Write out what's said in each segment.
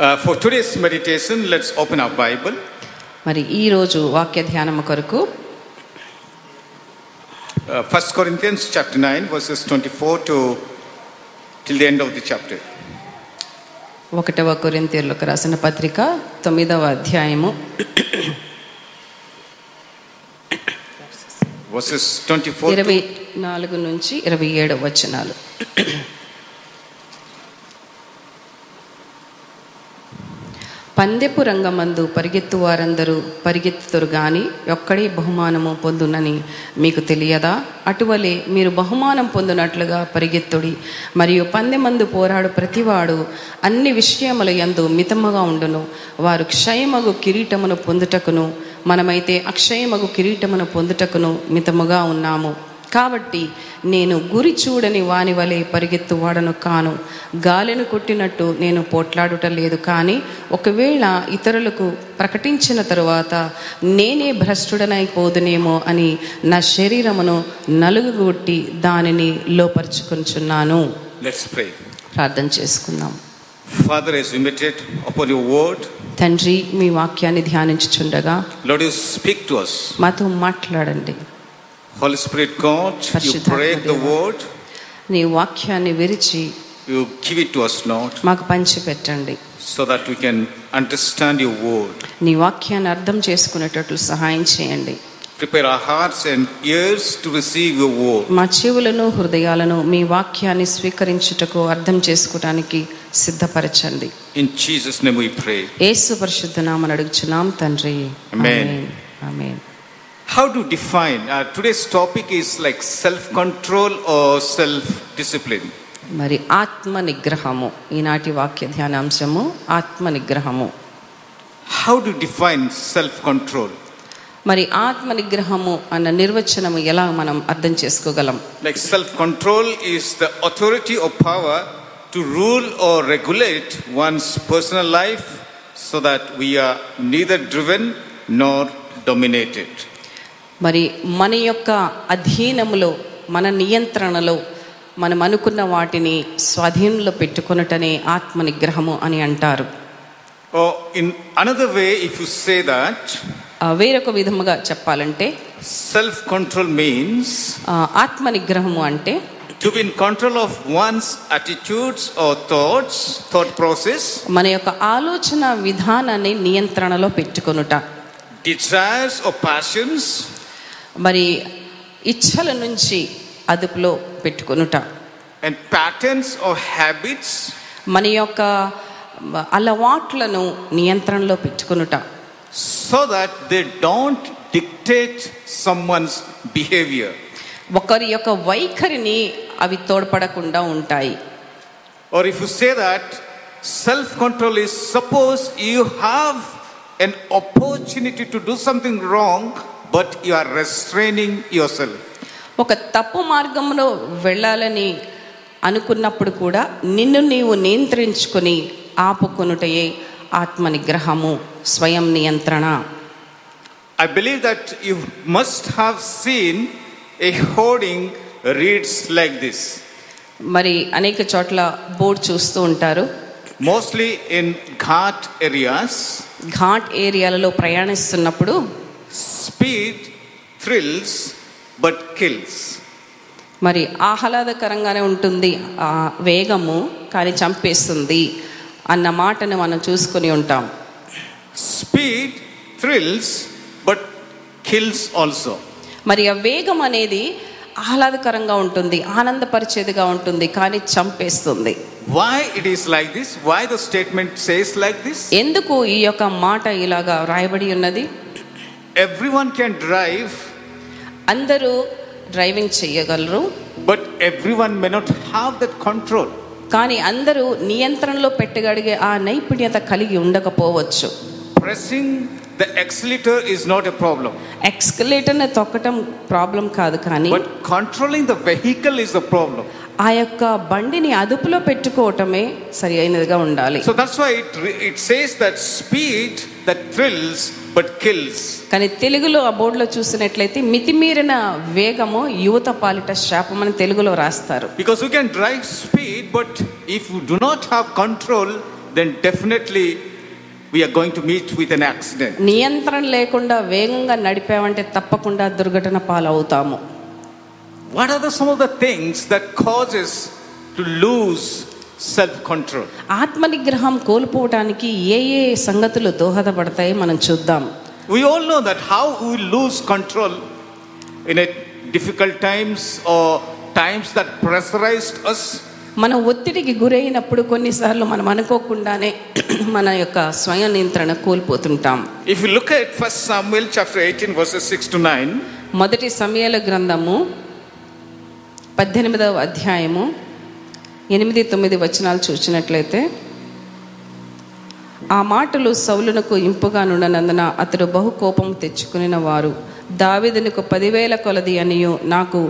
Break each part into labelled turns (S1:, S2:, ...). S1: Uh, for today's meditation, let's open our Bible.
S2: మరి ఈ రోజు వాక్య ధ్యానము కొరకు
S1: Uh, 1 Corinthians chapter 9, verses 24 to till the end of the chapter.
S2: ఒకటవ కొరింతీర్లకు రాసిన పత్రిక తొమ్మిదవ అధ్యాయము
S1: Verses 24 to,
S2: ఇరవై నాలుగు నుంచి ఇరవై ఏడవ వచనాలు పందెపు రంగమందు పరిగెత్తు వారందరూ పరిగెత్తుతురు గాని ఒక్కడే బహుమానము పొందునని మీకు తెలియదా అటువలే మీరు బహుమానం పొందునట్లుగా పరిగెత్తుడి మరియు పందెమందు పోరాడు ప్రతివాడు అన్ని విషయముల యందు మితముగా ఉండును వారు క్షయమగు కిరీటమును పొందుటకును మనమైతే అక్షయమగు కిరీటమును పొందుటకును మితముగా ఉన్నాము కాబట్టి నేను గురి చూడని వాని వలె పరిగెత్తువాడను కాను గాలిని కొట్టినట్టు నేను పోట్లాడుట లేదు కానీ ఒకవేళ ఇతరులకు ప్రకటించిన తరువాత నేనే భ్రష్టుడనైపోదునేమో అని నా శరీరమును నలుగుగొట్టి దానిని లోపరుచుకుంటున్నాను
S1: let's pray.
S2: ప్రార్థన చేసుకుందాం
S1: Father, as we meditate upon your word,
S2: తండ్రి మీ వాక్యాన్ని ధ్యానించుచుండగా
S1: Lord, you speak to us.
S2: మాతో మాట్లాడండి
S1: Holy Spirit God, you
S2: పరిశుద్ధాత్మ
S1: break the
S2: దేవా.
S1: word,
S2: నీ వాక్యాన్ని విరిచి
S1: you give it to us, Lord,
S2: మాకు పంచిపెట్టండి
S1: so that we can understand your word.
S2: నీ వాక్యాన్ని అర్థం చేసుకునేటట్లు సహాయం చేయండి
S1: Prepare our hearts and ears to receive your word.
S2: మా చెవులను హృదయాలను మీ వాక్యాన్ని స్వీకరించుటకు అర్థం చేసుకోవడానికి సిద్ధపరచండి
S1: In Jesus' name we pray.
S2: యేసు పరిశుద్ధ నామని అడుగుచున్నాం తండ్రి
S1: Amen.
S2: Amen
S1: How to define uh, today's topic is like self control or self discipline.
S2: మరి ఆత్మ నిగ్రహము ఈనాటి వాక్య ధ్యానాంశము ఆత్మ నిగ్రహము
S1: How to define self control?
S2: మరి ఆత్మ నిగ్రహము అన్న నిర్వచనము ఎలా మనం అర్థం చేసుకోగలం
S1: Like self control is the authority or power to rule or regulate one's personal life so that we are neither driven nor dominated.
S2: మరి మన యొక్క అధీనములో మన నియంత్రణలో మనం అనుకున్న వాటిని స్వాధీనంలో పెట్టుకొనుటనే ఆత్మ నిగ్రహము అని అంటారు
S1: Or, in another way, if you say that,
S2: ఆ, వేరొక విధముగా చెప్పాలంటే
S1: self control means
S2: ఆ, ఆత్మ నిగ్రహము అంటే
S1: to be in control of one's attitudes or thoughts, thought process.
S2: మన యొక్క ఆలోచన విధానాన్ని నియంత్రణలో పెట్టుకొనుట
S1: desires or passions
S2: మరి ఇచ్చల నుంచి అదుపులో పెట్టుకొనుట
S1: and patterns or habits
S2: మన యొక్క అలవాట్లను నియంత్రణలో పెట్టుకొనుట
S1: so that they don't dictate someone's behavior
S2: ఒకరి యొక్క వైఖరిని అవి తోడ్పడకుండా ఉంటాయి
S1: or if you say that self control is suppose you have an opportunity to do something wrong but you are restraining yourself
S2: ఒక తప్పు మార్గంలో వెళ్ళాలని అనుకున్నప్పుడు కూడా నిన్ను నీవు నియంత్రించుకొని ఆపుకొనుటయే ఆత్మ నిగ్రహము స్వయం నియంత్రణ
S1: i believe that you must have seen a hoarding reads like this
S2: మరి అనేక చోట్ల బోర్డు చూస్తూ ఉంటారు
S1: mostly in ghat areas
S2: ghat ఏరియాలలో ప్రయాణిస్తున్నప్పుడు
S1: Speed thrills but kills.
S2: మరి ఆహ్లాదకరంగానే ఉంటుంది ఆ వేగము కానీ చంపేస్తుంది అన్న మాటను మనం చూసుకొని ఉంటాం
S1: Speed thrills but kills also.
S2: మరి ఆ వేగం అనేది ఆహ్లాదకరంగా ఉంటుంది ఆనందపరిచేదిగా ఉంటుంది కానీ చంపేస్తుంది
S1: Why it is like this? Why the statement says like this?
S2: ఎందుకు ఈ యొక్క మాట ఇలాగా రాయబడి ఉన్నది
S1: Everyone can drive,
S2: అందరూ డ్రైవింగ్ చేయగలరు
S1: but everyone may not have that control.
S2: కానీ అందరూ నియంత్రణలో పెట్టగలిగే ఆ నైపుణ్యత కలిగి ఉండకపోవచ్చు
S1: Pressing the accelerator is not a problem,
S2: ఎక్స్కలేటర్ని తొక్కటం ప్రాబ్లం కాదు కానీ
S1: but controlling the vehicle is the problem.
S2: ఆ యొక్క బండిని అదుపులో పెట్టుకోవటమే సరి అయినదిగా ఉండాలి
S1: So that's why it, re- it says that speed that thrills but kills.
S2: కానీ తెలుగులో ఆ బోర్డులో చూసినట్లయితే మితిమీరిన వేగము యువత పాలిట శాపం అని తెలుగులో రాస్తారు
S1: Because you can drive speed, but if you do not have control, then definitely we are going to meet with an accident.
S2: నియంత్రణ లేకుండా వేగంగా నడిపామంటే తప్పకుండా దుర్ఘటన పాలవుతాము
S1: What are the, some of the things that causes to lose self-control?
S2: ఆత్మ నిగ్రహం కోల్పోవటానికి ఏ ఏ సంగతులు దోహదపడతాయి మనం చూద్దాం
S1: We all know that how we lose control in a difficult times or times that pressurized us
S2: మనం ఒత్తిడికి గురైనప్పుడు కొన్నిసార్లు మనం అనుకోకుండానే మన యొక్క స్వయం నియంత్రణ కోల్పోతుంటాం
S1: If you look at 1 Samuel chapter 18, verses 6 to 9,
S2: మొదటి సమయాల గ్రంథము పద్దెనిమిదవ అధ్యాయము ఎనిమిది తొమ్మిది వచనాలు చూసినట్లయితే ఆ మాటలు సౌలునకు ఇంపుగా నుండనందున అతడు బహు కోపం తెచ్చుకునిన వారు దావీదునకు పదివేల కొలది అనియు నాకు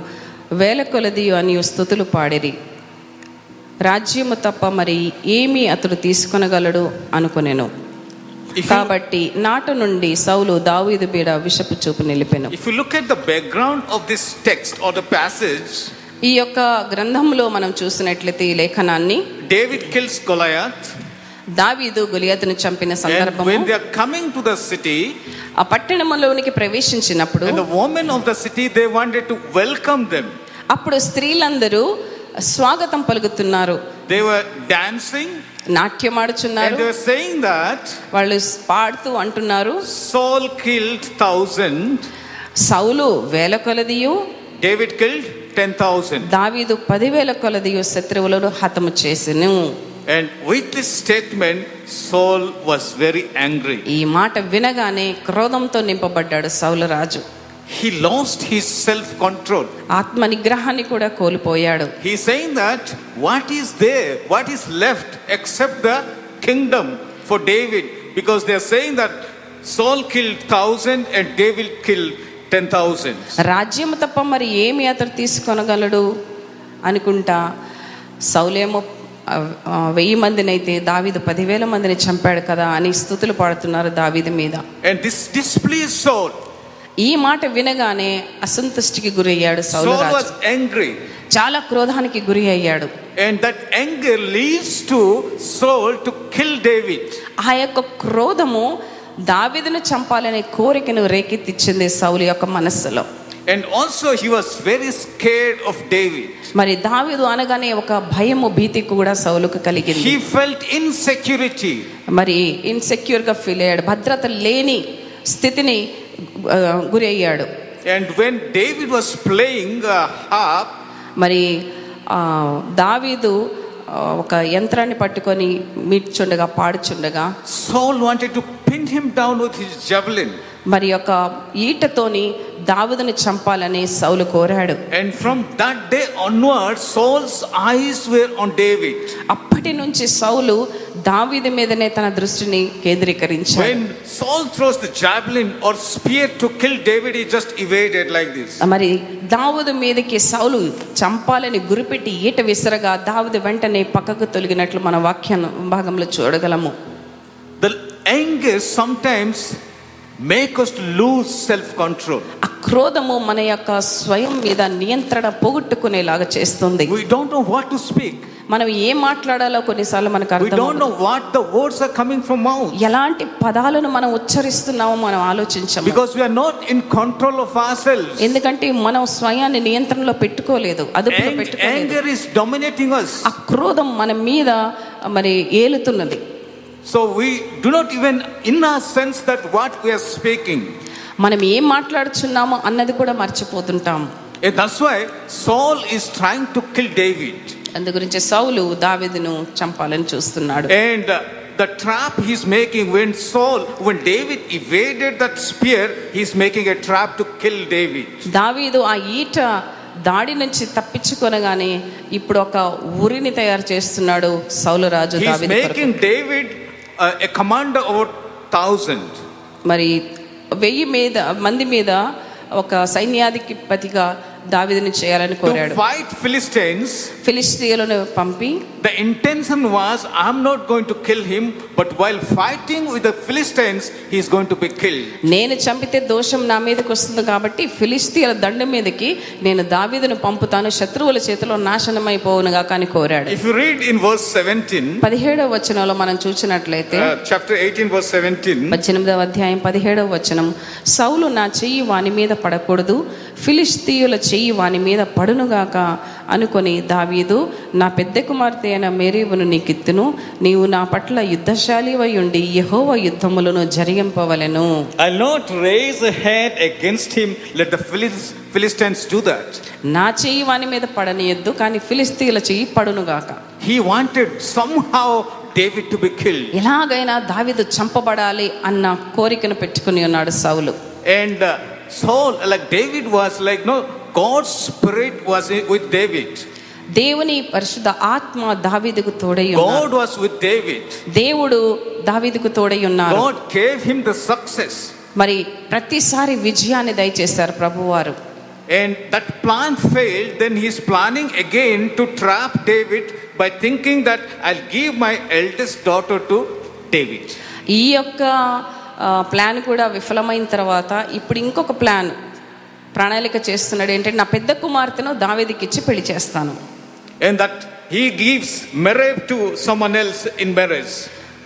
S2: వేల కొలదియు అనియు స్థుతులు పాడిరి రాజ్యము తప్ప మరి ఏమీ అతడు తీసుకొనగలడు అనుకునేను
S1: if you,
S2: కాబట్టి నాట నుండి సౌలు దావీదు బీడ విషపు చూపు నిలిపెను
S1: if you look at the background of this text or the passage,
S2: ఈ యొక్క గ్రంథంలో మనం చూసినట్లయితే ఈ లేఖనాన్ని
S1: David kills Goliath,
S2: దావీదు గొలియాతును చంపిన
S1: and when they
S2: సందర్భము
S1: are coming to the city,
S2: ఆ పట్టణంలోనికి ప్రవేశించినప్పుడు
S1: and the women of the city they wanted to welcome them.
S2: అప్పుడు స్త్రీలందరూ స్వాగతం పలుకుతున్నారు
S1: They were dancing,
S2: నాట్యమాడుచున్నారు
S1: and they were saying that
S2: వాళ్ళు పాడుతూ అంటున్నారు
S1: Saul killed thousand,
S2: సౌలు వేల కొలదియు
S1: David killed ten thousand.
S2: దావీదు పదివేల కొలదియు శత్రువులను హతము చేసెను
S1: And with this statement, Saul was very angry.
S2: ఈ మాట వినగానే క్రోధంతో నింపబడ్డాడు సౌలు రాజు
S1: He lost his self control.
S2: ఆత్మ నిగ్రహాన్ని కూడా కోల్పోయాడు
S1: He's saying that what is there, what is left except the kingdom for David? Because they're saying that Saul killed thousand and David killed ten thousand.
S2: రాజ్యం తప్ప మరి ఏమి అతడు తీసుకొనగలడు అనుకుంటా సౌలేమో ఆ, ఆ, వెయ్యి మందినైతే దావీదు పదివేల మందిని చంపాడు కదా అని స్థుతులు పాడుతున్నారు దావీదు మీద
S1: And this displeased Saul.
S2: ఈ మాట వినగానే అసంతుష్టికి గురయ్యాడు సౌలు
S1: Saul
S2: రాజు
S1: was angry.
S2: చాలా క్రోధానికి గురి అయ్యాడు
S1: And that anger leads to Saul to kill David.
S2: ఆ యొక్క క్రోధము దావీదును చంపాలనే కోరికను రేకెత్తిచ్చింది సౌలు యొక్క మనస్సులో
S1: And also he was very scared of David.
S2: మరి దావీదు అనగానే ఒక భయము భీతి కూడా సౌలుకు కలిగింది
S1: He felt insecurity.
S2: మరి ఇన్సెక్యూర్గా ఫీల్ అయ్యాడు భద్రత లేని స్థితిని ఆ, గురి అయ్యాడు
S1: And when David was playing a harp,
S2: మరి ఆ, దావీదు ఆ, ఒక యంత్రాన్ని పట్టుకొని మీడ్చుండగా పాడుచుండగా
S1: Saul wanted to pin him down with his javelin.
S2: మరి ఒక ఈటతోని దావీదుని చంపాలని సౌలు కోరాడు
S1: And from that day onwards, Saul's eyes were on David.
S2: అప్పటి నుంచి సౌలు దావీదు మీదనే తన దృష్టిని కేంద్రీకరించాడు
S1: When Saul throws the javelin or spear to kill David, he just evaded like this.
S2: మరి దావుదు మీదకి సౌలు చంపాలని గురిపెట్టి ఈట విసరగా దావుదు వెంటనే పక్కకు తొలగినట్లు మన వాక్య భాగంలో చూడగలము
S1: The anger sometimes make us lose self-control.
S2: ఆ క్రోధము మన యొక్క స్వయం మీద నియంత్రణ పోగొట్టుకునేలాగా చేస్తుంది
S1: We don't know what to speak.
S2: మనం ఏం మాట్లాడాలో కొన్నిసార్లు మనకు
S1: We
S2: అర్థం
S1: don't know what the words are coming from mouth.
S2: ఎలాంటి పదాలను మనం ఉచ్చరిస్తున్నామో మనం ఆలోచించము
S1: Because we are not in control of ourselves.
S2: ఎందుకంటే మనం స్వయాన్ని నియంత్రణలో పెట్టుకోలేదు అదుపులో
S1: Ang-
S2: పెట్టుకోలేదు
S1: anger is dominating us.
S2: ఆ క్రోధం మన మీద మరి ఏలుతున్నది
S1: So we do not even in our sense that what we are speaking.
S2: మనం ఏం మాట్లాడుచున్నామో అన్నది కూడా మర్చిపోతుంటాం
S1: And eh, that's why Saul is trying to kill David.
S2: అందు గురించి సౌలు దావీదును చంపాలని చూస్తున్నాడు
S1: And uh, the trap he's making when Saul, when David evaded that spear, he's making a trap to kill David.
S2: దావీదు ఆ ఈట దాడి నుంచి తప్పించుకొనగానే ఇప్పుడు ఒక ఉరిని తయారు చేస్తున్నాడు సౌలు రాజు
S1: He's
S2: దావీదు కొరకు.
S1: making David uh, a commander over thousand.
S2: మరి వెయ్యి మీద మంది మీద ఒక సైన్యాధిపతిగా దావీదుని చేయాలని
S1: To
S2: కోరాడు
S1: fight Philistines,
S2: ఫిలిస్తీయులను పంపి
S1: the intention was, I'm not going to kill him, but while fighting with the Philistines, he is going to be killed.
S2: నేను చంపితే దోషం నా మీదకి వస్తుంది కాబట్టి ఫిలిస్తీయుల దండం మీదకి నేను దావీదును పంపుతాను శత్రువుల చేతిలో నాశనమైపోవునుగా కానీ కోరాడు
S1: If you read in verse 17,
S2: పదిహేడవ వచనంలో మనం చూసినట్లయితే
S1: uh, chapter 18, verse 17,
S2: పద్దెనిమిదవ అధ్యాయం పదిహేడవ వచనం సౌలు నా చెయ్యి వాని మీద పడకూడదు ఫిలిస్తీయుల చెయ్యి వాని మీద పడునుగాక అనుకొని దావీదు నా పెద్ద కుమార్తె అయిన మేరీవును నీకిత్తును నీవు నా పట్ల యుద్ధశాలివై ఉండి యెహోవా యుద్ధములను జరిగింపవలెను
S1: I'll not raise a hand against him, let the Philis- Philistines do that.
S2: నా చెయ్యి వాని మీద పడనియద్దు కానీ ఫిలిస్తీయుల చెయ్యి పడునుగాక
S1: He wanted somehow David to be killed.
S2: ఎలాగైనా దావీదు చంపబడాలి అన్న కోరికను పెట్టుకుని ఉన్నాడు సౌలు
S1: And uh, Saul, like David was like, no, God's spirit was i- with David.
S2: దేవుని పరిశుద్ధ ఆత్మ దావీదుకు తోడై ఉన్నాడు
S1: God was with David.
S2: దేవుడు దావీదుకు తోడై ఉన్నారు
S1: God gave him the success.
S2: మరి ప్రతిసారి విజయాన్ని దయచేశారు ప్రభువారు
S1: And that plan failed, then he's planning again to trap David by thinking that I'll give my eldest daughter to David.
S2: ఈ యొక్క ఆ, ప్లాన్ కూడా విఫలమైన తర్వాత ఇప్పుడు ఇంకొక ప్లాన్ ప్రణాళిక చేస్తున్నాడు ఏంటంటే నా పెద్ద కుమార్తెను దావీదుకిచ్చి పెళ్లి చేస్తాను
S1: And that he gives Merab to someone else in marriage.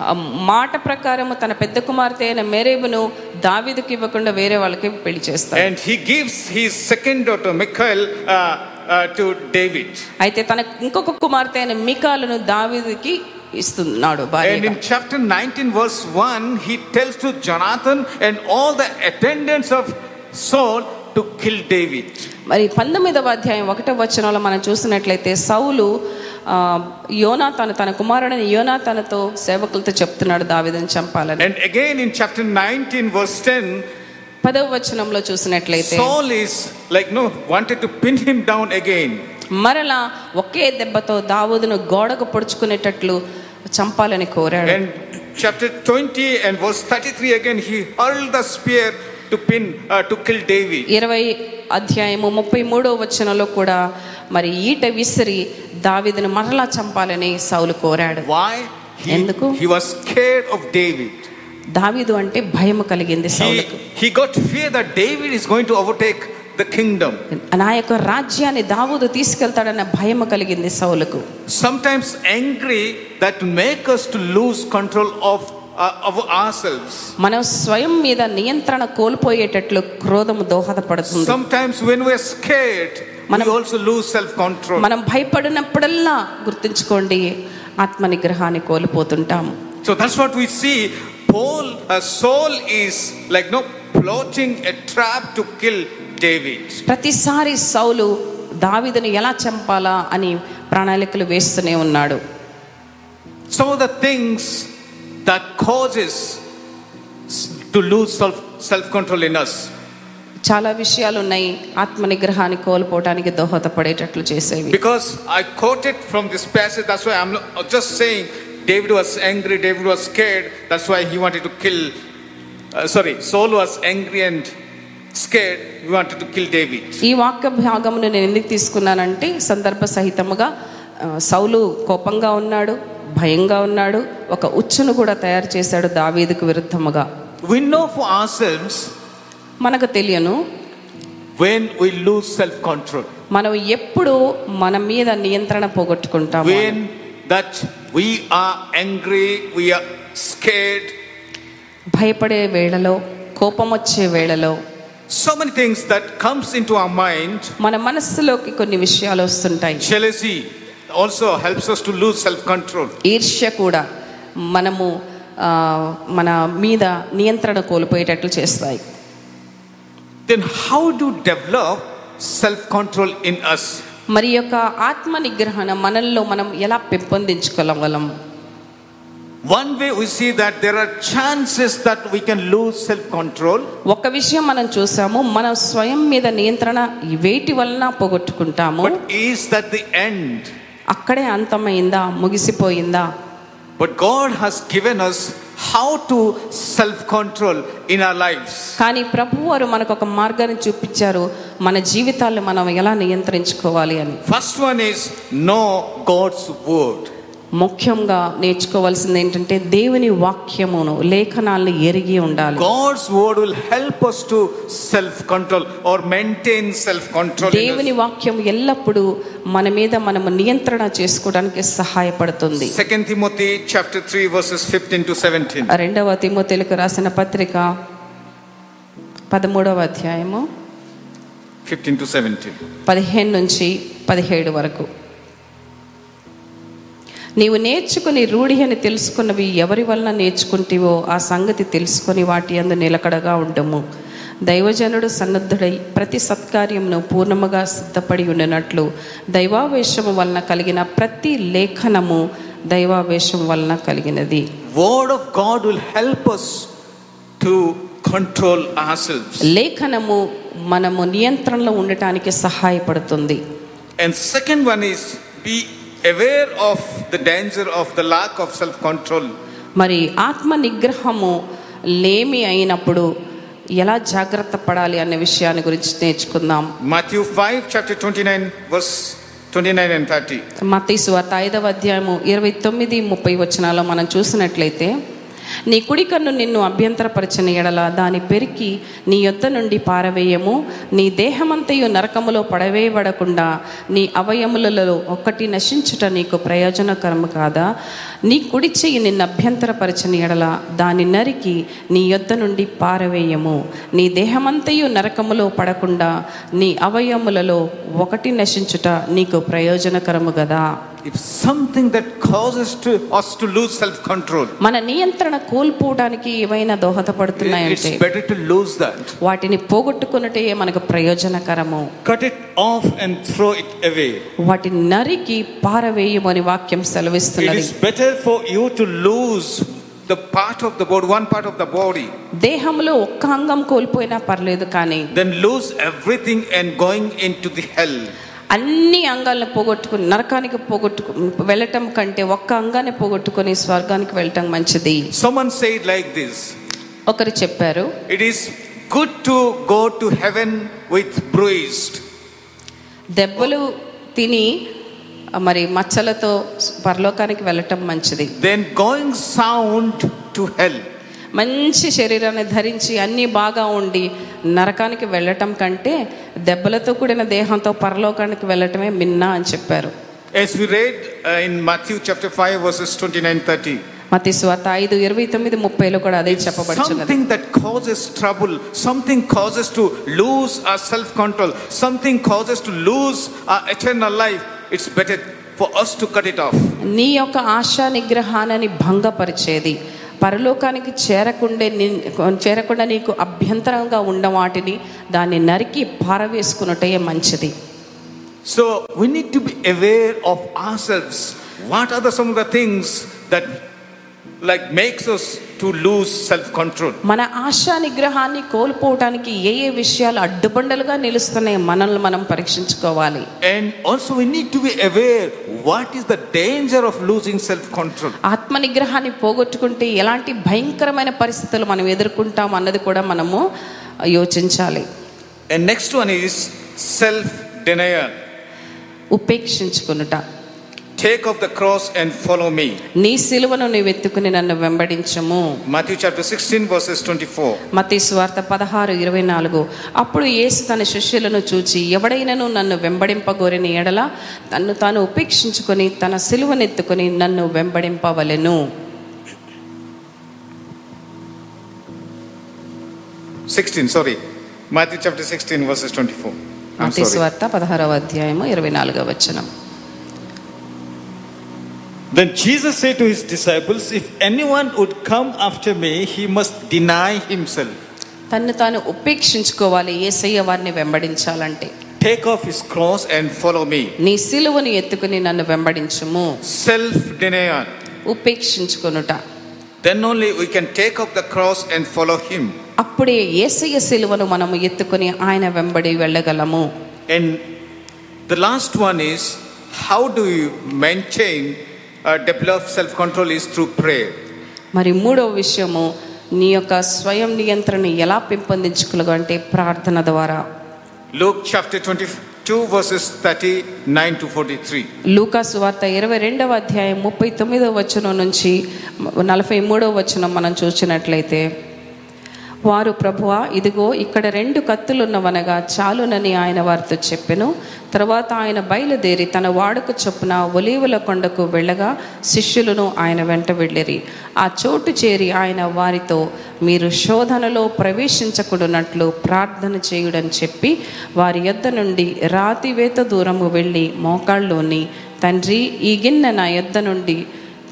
S2: ఆ, మాట ప్రకారము తన పెద్ద కుమార్తె అయిన మేరేబును దావీదుకి ఇవ్వకుండా వేరే వాళ్ళకి పెళ్లి చేస్తాడు
S1: And he gives his second daughter, Michal, uh, uh, to David.
S2: అయితే తన ఇంకొక కుమార్తె అయిన మికాలను దావీదుకి ఇస్తున్నాడు
S1: And
S2: భార్య
S1: in chapter 19, verse 1, he tells to Jonathan and all the attendants of Saul to kill David.
S2: మరి పంతొమ్మిదవ అధ్యాయం ఒకటవ వచనంలో మనం చూసినట్లయితే సౌలు ఆ, యోనాతాను తన కుమారుడైన యోనాతానుతో సేవకులతో చెప్తున్నాడు దావీదుని చంపాలని
S1: And again in chapter 19, verse 10,
S2: పదవ వచనంలో చూసినట్లయితే
S1: Saul is like, no, wanted to pin him down again.
S2: మరలా ఒకే దెబ్బతో దావూదును గోడకు పొడుచుకునేటట్లు చంపాలని కోరాడు
S1: And chapter 20 and verse 33, again, he hurled the spear to pin, uh, to kill David.
S2: ఇరవై అధ్యాయము ముప్పై మూడో వచనంలో కూడా మరి ఈట విసిరి దావీదును మరలా చంపాలని సౌలు కోరాడు
S1: Why? He,
S2: ఎందుకు?
S1: he was scared of David.
S2: దావీదు అంటే భయము కలిగింది
S1: He,
S2: సౌలుకు
S1: he got fear that David is going to overtake the kingdom.
S2: నా యొక్క రాజ్యాన్ని దావూదు తీసుకెళ్తాడన్న భయం కలిగింది సౌలుకు
S1: Sometimes angry that make us to lose control of, uh, of ourselves.
S2: మనం స్వయం మీద నియంత్రణ కోల్పోయేటట్లు క్రోధం దోహదపడుతుంది
S1: Sometimes when we're scared, we
S2: Manam-
S1: also lose self-control.
S2: మనం భయపడినప్పుడల్లా గుర్తుంచుకోండి ఆత్మ నిగ్రహాన్ని కోల్పోతుంటాము
S1: So that's what we see. Paul, uh, Saul is like no plotting a trap to kill David.
S2: ప్రతిసారి సౌలు దావీదును ఎలా చంపాలా అని ప్రణాళికలు వేస్తూనే ఉన్నాడు
S1: Some of the things that causes s- to lose self self control in us.
S2: చాలా విషయాలు ఉన్నాయి ఆత్మ నిగ్రహాన్ని కోల్పోవడానికి దోహదపడేటట్లు చేసేవి
S1: Because I quoted from this passage, that's why I'm not- just saying David was angry, David was scared, that's why he wanted to kill. uh, sorry, Saul was angry and scared, he wanted to kill David.
S2: ఈ వాక్య భాగమును నేను ఎందుకు తీసుకున్నానంటే సందర్భ సహితముగా ఆ, సౌలు కోపంగా ఉన్నాడు భయంగా ఉన్నాడు ఒక ఉచ్చును కూడా తయారు చేశాడు దావీదుకు విరుద్ధముగా
S1: We know for ourselves
S2: మనకు తెలియను
S1: when we lose self control,
S2: మనం ఎప్పుడు మన మీద నియంత్రణ పోగొట్టుకుంటాము అని.
S1: when that we are angry, we are scared,
S2: భయపడే వేళలో కోపం వచ్చే వేళలో
S1: so many things that comes into our mind.
S2: మన మనస్సులోకి కొన్ని విషయాలు వస్తుంటాయి
S1: Jealousy also helps us to lose self control.
S2: ఈర్ష్య కూడా మనము ఆ, మన మీద నియంత్రణ కోల్పోయేటట్లు చేస్తాయి
S1: Then, how to develop self control in us?
S2: మరి యొక్క ఆత్మ నిగ్రహణ మనల్లో మనం ఎలా పెంపొందించుకోగలం
S1: One way we see that there are chances that we can lose self control
S2: ఒక విషయం మనం చూసాము మనం స్వయం మీద నియంత్రణ ఈ వేటి వలన పోగొట్టుకుంటాము
S1: but is that the end?
S2: అక్కడే అంతమైందా ముగిసిపోయిందా
S1: But God has given us how to self control in our lives.
S2: కానీ ప్రభు వారు మనకు ఒక మార్గాన్ని చూపించారు మన జీవితాల్లో మనం ఎలా నియంత్రించుకోవాలి అని
S1: First one is know God's word.
S2: ముఖ్యంగా నేర్చుకోవాల్సింది ఏంటంటే దేవుని వాక్యమును లేఖనాలను ఎరిగి ఉండాలి
S1: God's word will help us to self control or maintain self control.
S2: దేవుని వాక్యం ఎల్లప్పుడూ మన మీద మనము నియంత్రణ చేసుకోవడానికి సహాయపడుతుంది
S1: Second Timothy chapter 3 verses 15 to 17.
S2: రెండవ తిమోతేలకు రాసిన పత్రిక పదమూడవ అధ్యాయము
S1: 15 to 17.
S2: పదిహేను నుంచి పదిహేడు వరకు నీవు నేర్చుకుని రూఢి అని తెలుసుకున్నవి ఎవరి వలన నేర్చుకుంటివో ఆ సంగతి తెలుసుకొని వాటి అందు నిలకడగా ఉండము దైవజనుడు సన్నద్ధుడై ప్రతి సత్కార్యమును పూర్ణముగా సిద్ధపడి ఉండినట్లు దైవావేశము వలన కలిగిన ప్రతి లేఖనము దైవావేశం వలన కలిగినది
S1: Word of God will help us to control ourselves.
S2: లేఖనము మనము నియంత్రణలో ఉండటానికి సహాయపడుతుంది
S1: And second one is be aware of the danger of the lack of self control.
S2: మరి ఆత్మ నిగ్రహము లేమి అయినప్పుడు ఎలా జాగ్రత్త పడాలి అనే విషయాన్ని గురించి నేర్చుకుందాం
S1: Matthew 5 chapter 29 verse 29 and 30.
S2: మత్తయి వార్త ఐదవ అధ్యాయము ఇరవై తొమ్మిది ముప్పై వచనాల్లో మనం చూసినట్లయితే నీ కుడి కన్ను నిన్ను అభ్యంతరపరచిన ఎడల దాని పెరికి నీ యొద్ద నుండి పారవేయము నీ దేహమంతయు నరకములో పడవేయబడకుండా నీ అవయములలో ఒక్కటి నశించుట నీకు ప్రయోజనకరము కాదా నీ కుడి చెయ్యి నిన్ను అభ్యంతరపరచిన ఎడల దాని నరికి నీ యొద్ద నుండి పారవేయము నీ దేహమంతయు నరకములో పడకుండా నీ అవయములలో ఒకటి నశించుట నీకు ప్రయోజనకరము కదా
S1: If something that causes to, us to lose self control,
S2: మన నియంత్రణ కోల్పోవడానికి ఏవైనా
S1: it's
S2: దోహదపడుతున్నాయంటే
S1: better to lose that.
S2: వాటిని పోగొట్టుకున్నటే మనకు ప్రయోజనకరము
S1: Cut it off and throw it away.
S2: వాటిని నరికి పారవేయమని వాక్యం
S1: It
S2: సెలవిస్తున్నది
S1: is better for you to lose the part of the body, one part of the body,
S2: దేహంలో ఒక్క అంగం కోల్పోయినా పర్లేదు కానీ
S1: than lose everything and going into the hell.
S2: అన్ని అంగాలను పోగొట్టుకుని నరకానికి పోగొట్టుకు వెళ్ళటం కంటే ఒక్క అంగాన్ని పోగొట్టుకొని స్వర్గానికి వెళ్ళటం మంచిది
S1: Someone said like this
S2: ఒకరు చెప్పారు
S1: It is good to go to heaven with bruised
S2: దెబ్బలు తిని మరి మచ్చలతో పరలోకానికి వెళ్ళటం మంచిది
S1: than going sound to hell.
S2: మంచి శరీరాన్ని ధరించి అన్నీ బాగా ఉండి నరకానికి వెళ్ళటం కంటే దెబ్బలతో కూడిన దేహంతో పరలోకానికి వెళ్ళటమే మిన్నా అని చెప్పారు
S1: As we read uh, in Matthew chapter 5, verses 29 30,
S2: మతి స్వాత ఐదు ఇరవై తొమ్మిది ముప్పైలో కూడా అదే చెప్పబడుతున్నది
S1: something that causes trouble, something causes to lose our self control, something causes to lose our eternal life, it's better for us to cut it off.
S2: నీ యొక్క ఆశా నిగ్రహాన్ని భంగపరిచేది పరలోకానికి చేరకుండే ని- చేరకుండా నీకు అభ్యంతరంగా ఉన్న వాటిని దాన్ని నరికి పారవేసుకున్నటే మంచిది
S1: So we need to be aware of ourselves. What are the, some of the things that like makes us to lose self-control?
S2: మన ఆశా నిగ్రహాన్ని కోల్పోవటానికి ఏ ఏ విషయాలు అడ్డుబండలుగా నిలుస్తున్నాయి మనల్ని మనం పరీక్షించుకోవాలి
S1: And also we need to be aware what is the danger of losing self-control.
S2: ఆత్మ నిగ్రహాన్ని పోగొట్టుకుంటే ఎలాంటి భయంకరమైన పరిస్థితులు మనం ఎదుర్కొంటాం అన్నది కూడా మనము యోచించాలి
S1: And next one is self-denial.
S2: ఉపేక్షించుకునుట
S1: Take up the cross and follow me.
S2: నీ సిలువను నీవు ఎత్తుకుని నన్ను వెంబడించము
S1: Matthew chapter 16 verses 24.
S2: మత్తయి సువార్త పదహారు ఇరవై నాలుగు అప్పుడు యేసు తన శిష్యులను చూచి ఎవడైనను నన్ను వెంబడింపగోరిన ఎడల తన్ను తాను ఉపేక్షించుకొని తన సిలువనెత్తుకొని నన్ను వెంబడింపవలెను
S1: 16, sorry. Matthew chapter 16 verses 24. I'm
S2: Mattayi
S1: sorry.
S2: సువార్త పదహారవ అధ్యాయము ఇరవై నాలుగవ వచనం
S3: Then Jesus said to his disciples, If anyone would come after me, he must
S1: Deny himself.
S2: తన్ను తాను ఉపేక్షించుకోవాలి ఏసయ్య వారిని వెంబడించాలంటే
S1: Take off his cross and follow me.
S2: నీ సిలువను ఎత్తుకుని నన్ను వెంబడించుము
S1: Self-denial.
S2: ఉపేక్షించుకొనుట
S1: Then only we can take up the cross and follow him.
S2: అప్పుడే ఏసయ్య సిలువను మనము ఎత్తుకుని ఆయన వెంబడి వెళ్ళగలము
S1: And the last one is how do you maintain uh, develop self control is through prayer.
S2: మరి మూడవ విషయము నీ యొక్క స్వయం నియంత్రణ ఎలా పెంపొందించుకోగలవు అంటే ప్రార్థన ద్వారా
S1: Luke chapter 22, verses 39 to 43.
S2: లూకాసు వార్త ఇరవై రెండవ అధ్యాయం ముప్పై తొమ్మిదవ వచనం నుంచి నలభై మూడవ వచనం మనం చూసినట్లయితే వారు ప్రభువా ఇదిగో ఇక్కడ రెండు కత్తులున్నవనగా చాలునని ఆయన వారితో చెప్పెను తర్వాత ఆయన బయలుదేరి తన వాడుక చొప్పున ఒలీవుల కొండకు వెళ్ళగా శిష్యులను ఆయన వెంట వెళ్ళిరి ఆ చోటు చేరి ఆయన వారితో మీరు శోధనలో ప్రవేశించకుడునట్లు ప్రార్థన చేయుడని చెప్పి వారి యొద్ద నుండి రాతివేత దూరము వెళ్ళి మోకాళ్ళలోని తండ్రి ఈ గిన్నె నా యొద్ద నుండి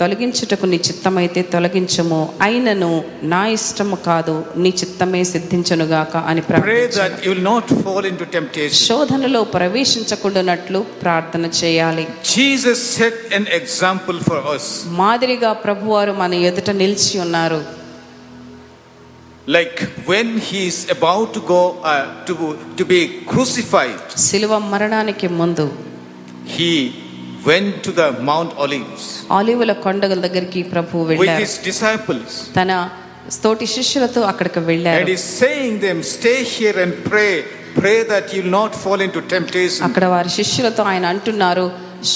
S2: తొలగించుటకు నీ చిత్తమైతే తొలగించము అయినను నా ఇష్టము కాదు నీ చిత్తమే సిద్ధించనుగాక అని
S1: Pray
S2: ప్రార్థన
S1: that you will not fall into temptation.
S2: శోధనలో ప్రవేశించకుండానట్లు ప్రార్థన చేయాలి
S1: Jesus set an example for us.
S2: మాదిరిగా ప్రభువారు మన ఎదుట నిలిచి ఉన్నారు
S1: Like when he is about to go uh, to, to be crucified,
S2: శిలువ మరణానికి ముందు
S1: he went to the Mount Olives
S2: ఆలివుల కొండల దగ్గరికి ప్రభు
S1: with
S2: వెళ్ళారు
S1: his disciples.
S2: తన తోటి శిష్యులతో అక్కడికి
S1: And
S2: వెళ్ళారు
S1: he's saying them, stay here and pray. Pray that you'll not fall into temptation.
S2: అక్కడ వారి శిష్యులతో ఆయన అంటున్నారు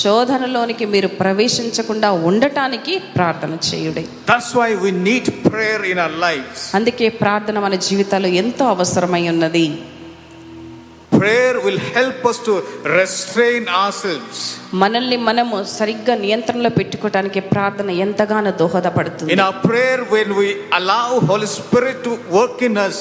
S2: శోధనలోనికి మీరు ప్రవేశించకుండా ఉండటానికి ప్రార్థన చేయుడి
S1: That's why we need prayer in our lives.
S2: అందుకే ప్రార్థన మన జీవితాల్లో ఎంతో అవసరమై ఉన్నది
S1: Prayer will help us to restrain ourselves
S2: మనల్ని మనము సరిగ్గా నియంత్రణలో పెట్టుకోవటానికి ప్రార్థన ఎంతగానో దోహదపడుతుంది
S1: in our prayer when we allow Holy Spirit to work in us.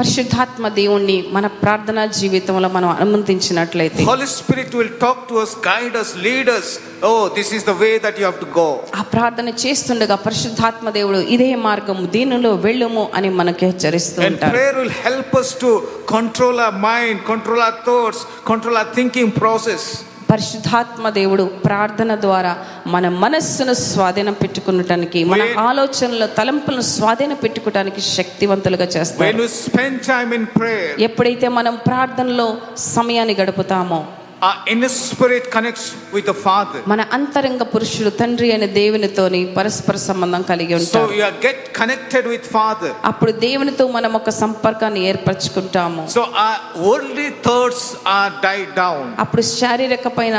S2: పరిశుద్ధాత్మ దేవుణ్ణి మన ప్రార్థనా జీవితంలో మనం అనుమతించినట్లయితే
S1: Holy Spirit will talk to us, guide us, lead us. Oh, this is the way that you have to go.
S2: ఆ ప్రార్థన చేస్తుండగా పరిశుద్ధాత్మ దేవుడు ఇదే మార్గము దీనిలో వెళ్ళుము అని మనకి హెచ్చరిస్తూ
S1: And
S2: ఉంటారు
S1: prayer will help us to control our mind, control our thoughts, control our thinking process.
S2: పరిశుద్ధాత్మ దేవుడు ప్రార్థన ద్వారా మన మనస్సును స్వాధీనం పెట్టుకునటానికి మన
S1: When-
S2: ఆలోచనల తలంపులను స్వాధీనం పెట్టుకోవటానికి శక్తివంతులుగా
S1: When
S2: చేస్తాడు
S1: we spend time in prayer,
S2: ఎప్పుడైతే మనం ప్రార్థనలో సమయాన్ని గడుపుతామో
S1: Our inner spirit connects with the Father.
S2: మన అంతరంగ పురుషుడు తండ్రి అయిన దేవునితోని పరస్పర సంబంధం కలిగి
S1: So
S2: ఉంటారు
S1: you are get connected with Father.
S2: అప్పుడు దేవునితో మనం ఒక సంపర్కాన్ని ఏర్పరచుకుంటాము
S1: So our worldly thoughts are died down.
S2: అప్పుడు శారీరకమైన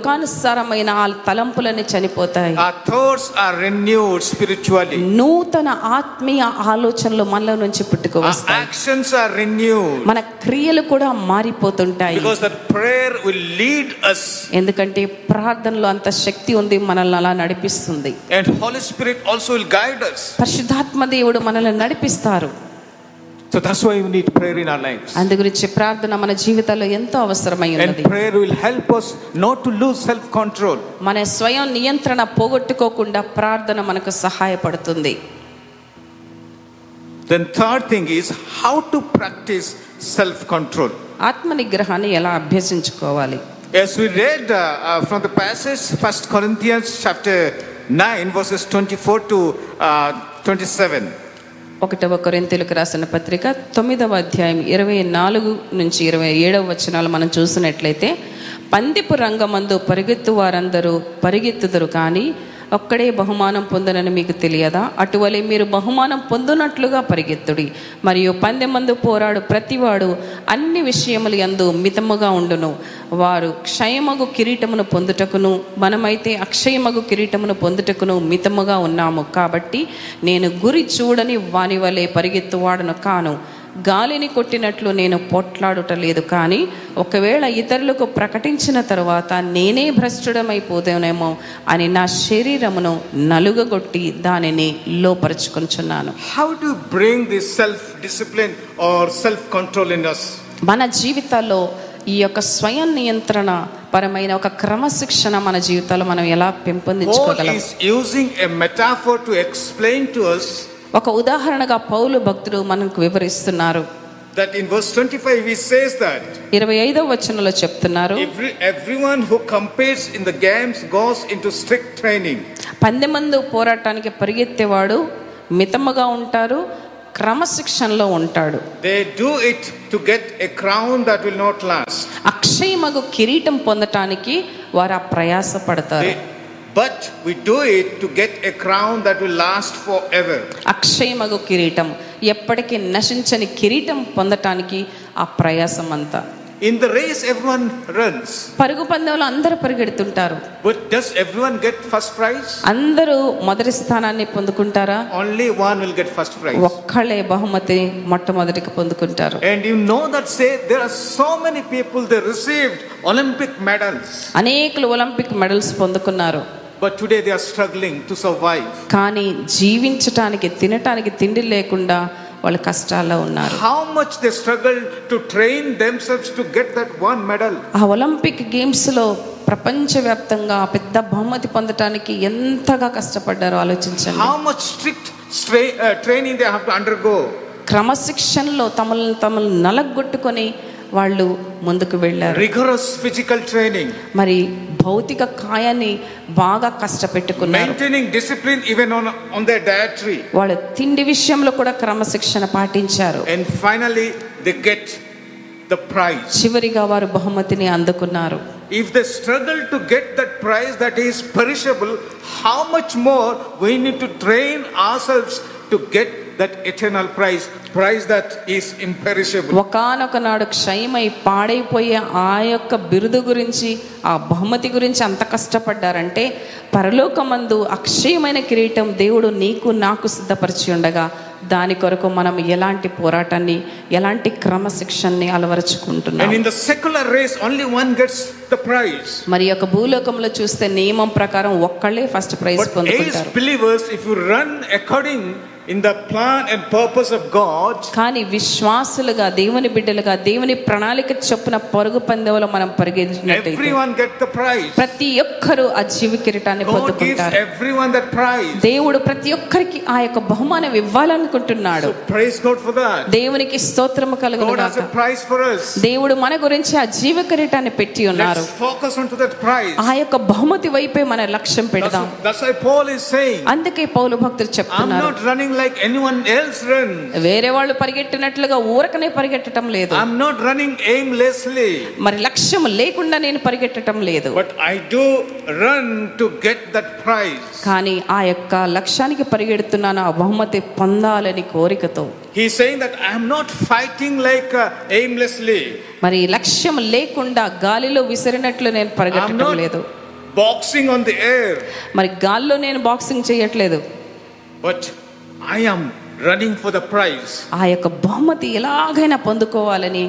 S2: లోకానుసారమైన ఆ తలంపులన్నీ చనిపోతాయి
S1: Our thoughts are renewed spiritually.
S2: నూతన ఆత్మీయ ఆలోచనలు మనలో నుంచి
S1: Our
S2: పుట్టుకువస్తాయి
S1: actions are renewed.
S2: మన క్రియలు కూడా మారిపోతుంటాయి
S1: Because that prayer will lead us.
S2: ఎందుకంటే ప్రార్థనలో అంత శక్తి ఉంది మనల్ని అలా నడిపిస్తుంది
S1: And Holy Spirit also will guide us.
S2: పరిశుద్ధాత్మ దేవుడు మనల్ని నడిపిస్తారు
S1: So that's why we need prayer in our lives.
S2: అందు గురించి ప్రార్థన మన జీవితాల్లో ఎంతో అవసరమై
S1: And
S2: ఉన్నది
S1: prayer will help us not to lose self control.
S2: మన స్వయం నియంత్రణ పోగొట్టుకోకుండా ప్రార్థన మనకు సహాయపడుతుంది
S1: Then, third thing is how to practice self control.
S2: ఆత్మ నిగ్రహాన్ని ఎలా అభ్యసించుకోవాలి
S1: As we read uh, uh, from the passage, 1 Corinthians chapter 9, verses 24 to uh, 27.
S2: ఒకటవ కొరింతీలకు రాసిన పత్రిక తొమ్మిదవ అధ్యాయం ఇరవై నాలుగు నుంచి ఇరవై ఏడవ వచనాలు మనం చూసినట్లయితే పందిపు రంగమందు పరిగెత్తు వారందరూ పరిగెత్తుదురు కానీ ఒక్కడే బహుమానం పొందనని మీకు తెలియదా అటువలే మీరు బహుమానం పొందునట్లుగా పరిగెత్తుడి మరియు పందెమందు పోరాడు ప్రతివాడు అన్ని విషయములు యందు మితముగా ఉండును వారు క్షయమగు కిరీటమును పొందుటకును మనమైతే అక్షయమగు కిరీటమును పొందుటకును మితముగా ఉన్నాము కాబట్టి నేను గురి చూడని వాని వలె పరిగెత్తువాడను కాను గాలిని కొట్టినట్లు నేను పోట్లాడుట లేదు కానీ ఒకవేళ ఇతరులకు ప్రకటించిన తరువాత నేనే భ్రష్టుడమైపోదేనేమో అని నా శరీరమును నలుగగొట్టి దానిని లోపరుచుకొంచున్నాను
S1: How to bring this self discipline or self control in us?
S2: మన జీవితాల్లో ఈ యొక్క స్వయం నియంత్రణ పరమైన ఒక క్రమశిక్షణ మన జీవితాల్లో మనం ఎలా
S1: Paul
S2: పెంపొందించుకోగలం
S1: is using a metaphor to explain to us
S2: ఒక ఉదాహరణగా పౌలు భక్తుడు మనకు వివరిస్తున్నారు
S1: that in verse 25 he says that
S2: ఇరవై ఐదవ వచనంలో చెప్తున్నారు
S1: every, everyone who competes in the games goes into strict training.
S2: పందెమందు పోరాటానికి పరిగెత్తేవాడు మితముగా ఉంటారు క్రమశిక్షణలో ఉంటాడు
S1: They do it to get a crown that will not last.
S2: అక్షయమగు కిరీటం పొందటానికి వారు ఆ ప్రయాస పడతారు
S1: They, but we do it to get a crown that will last forever.
S2: అక్షయమగు కిరీటం ఎప్పటికీ నశించని కిరీటం పొందటానికి ఆ ప్రయాసం అంతా
S1: In the race, everyone runs,
S2: పరుగు పందెంలో అందరూ పరిగెడుతుంటారు
S1: but does everyone get first prize?
S2: అందరూ మొదటి స్థానాన్ని పొందుకుంటారా
S1: Only one will get first prize.
S2: ఒక్కళ్ళే బహుమతి మొట్టమొదటికి పొందుకుంటారు
S1: And you know that say there are so many people they received Olympic medals,
S2: అనేకులు ఒలింపిక్ మెడల్స్ పొందుకున్నారు
S1: but today they are struggling to survive.
S2: కానీ జీవించటానికి తినటానికి తిండి లేకుండా వాళ్ళు కష్టాల్లో ఉన్నారు
S1: How much they struggled to train themselves to get that one medal.
S2: ఆ ఒలింపిక్ గేమ్స్లో ప్రపంచవ్యాప్తంగా ఆ పెద్ద బహుమతి పొందటానికి ఎంతగా కష్టపడ్డారో ఆలోచించండి
S1: How much strict stra- uh, training they have to undergo.
S2: క్రమశిక్షణలో తమల్ని తమల్ని నలగొట్టుకొని వాళ్ళు ముందుకు వెళ్ళారు
S1: Rigorous physical training.
S2: మరి భౌతిక కాయాన్ని బాగా కష్టపెట్టుకున్నారు
S1: Maintaining discipline even on, on their dietary.
S2: వాళ్ళు తిండి విషయంలో కూడా క్రమశిక్షణ పాటించారు
S1: And finally, they get the prize.
S2: చివరిగా వారు బహుమతిని అందుకున్నారు
S1: If they struggle to get that prize that is perishable, how much more we need to train ourselves to get that eternal prize, prize that is imperishable.
S2: ఒకనొక నాడు క్షయమై పాడైపోయే ఆ యొక్క బిరుదు గురించి ఆ బహుమతి గురించి అంత కష్టపడ్డారంటే పరలోకమందు అక్షయమైన కిరీటం దేవుడు నీకు నాకు సిద్ధపరిచి ఉండగా దాని కొరకు మనం ఎలాంటి పోరాటాన్ని ఎలాంటి క్రమశిక్షణని అలవరుచుకుంటున్నాం
S1: And in the secular race, only one gets the prize.
S2: మరి యొక్క భూలోకంలో చూస్తే నియమం ప్రకారం ఒక్కళ్ళే ఫస్ట్ ప్రైజ్
S1: But as
S2: పొందుకుంటారు
S1: believers, if you run according in the plan and purpose of God,
S2: కానీ విశ్వాసులుగా దేవుని బిడ్డలుగా దేవుని ప్రణాళిక చొప్పున పరుగు పందెంలో మనం పరిగెత్తినట్టయితే
S1: everyone gets the prize.
S2: ప్రతి ఒక్కరూ ఆ జీవ కిరీటాన్ని
S1: God gives
S2: పొందుకుంటారు
S1: everyone that prize.
S2: దేవుడు ప్రతి ఒక్కరికి ఆ యొక్క బహుమానం ఇవ్వాలనుకుంటున్నాడు
S1: So praise God for that.
S2: దేవునికి స్తోత్రము కలుగును
S1: God has a
S2: గాక
S1: prize for us.
S2: దేవుడు మన గురించి ఆ జీవ కిరీటాన్ని పెట్టి ఉన్నారు
S1: Let's focus onto that prize.
S2: ఆ యొక్క బహుమతి వైపే మన లక్ష్యం
S1: That's,
S2: పెడదాం
S1: that's why Paul is saying,
S2: అందుకే పౌలు భక్తులు
S1: I'm
S2: చెప్తున్నారు
S1: not running like anyone else runs.
S2: వేరే వాళ్ళు పరిగెట్టినట్లుగా ఊరకనే పరిగెట్టడం లేదు
S1: I'm not running aimlessly.
S2: మరి లక్ష్యం లేకుండా నేను పరిగెట్టడం లేదు
S1: But I do run to get that prize.
S2: కానీ ఆ యొక్క లక్ష్యానికి పరిగెడుతున్నాను ఆ బహుమతి పొందాలని కోరికతో
S1: He's saying that I'm not fighting like uh, aimlessly.
S2: మరి లక్ష్యం లేకుండా గాలిలో విసిరినట్లు నేను
S1: I'm
S2: పరిగెట్టడం
S1: not
S2: లేదు
S1: boxing on the air.
S2: మరి గాల్లో నేను బాక్సింగ్ చేయట్లేదు
S1: But I am running for the prize.
S2: ఆ యొక్క బహుమతి ఎలాగైనా పొందుకోవాలని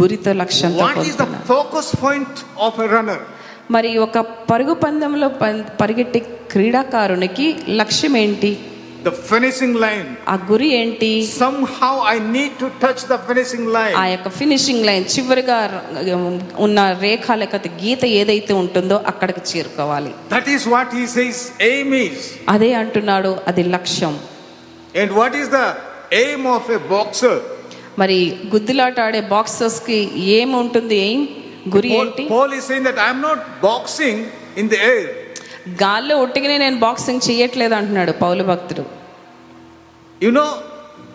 S2: గురితో లక్ష్యంతో
S1: What is the
S2: పొందుతున్నా.
S1: focus point of a runner?
S2: మరి ఒక పరుగు పందెంలో పం- పరిగెట్టే క్రీడాకారునికి లక్ష్యం ఏంటి
S1: The finishing line.
S2: ఆ గురి ఏంటి
S1: Somehow I need to touch the finishing
S2: ఆ
S1: line.
S2: యొక్క ఫినిషింగ్ లైన్ చివరిగా ఉన్న రేఖ లేకపోతే గీత ఏదైతే ఉంటుందో అక్కడికి చేరుకోవాలి
S1: That is what he says aim is.
S2: అదే అంటున్నాడు అది లక్ష్యం
S1: And what is the aim of a boxer?
S2: మరి గుద్దిలాట ఆడే బాక్సర్స్ కి ఏముంటుంది ఏం గురి
S1: Paul,
S2: ఏంటి
S1: Paul is saying that I'm not boxing in the air.
S2: గాల్లో ఒట్టిగానే నేను బాక్సింగ్ చేయట్లేదు అంటున్నాడు పౌలు భక్తుడు
S1: You know,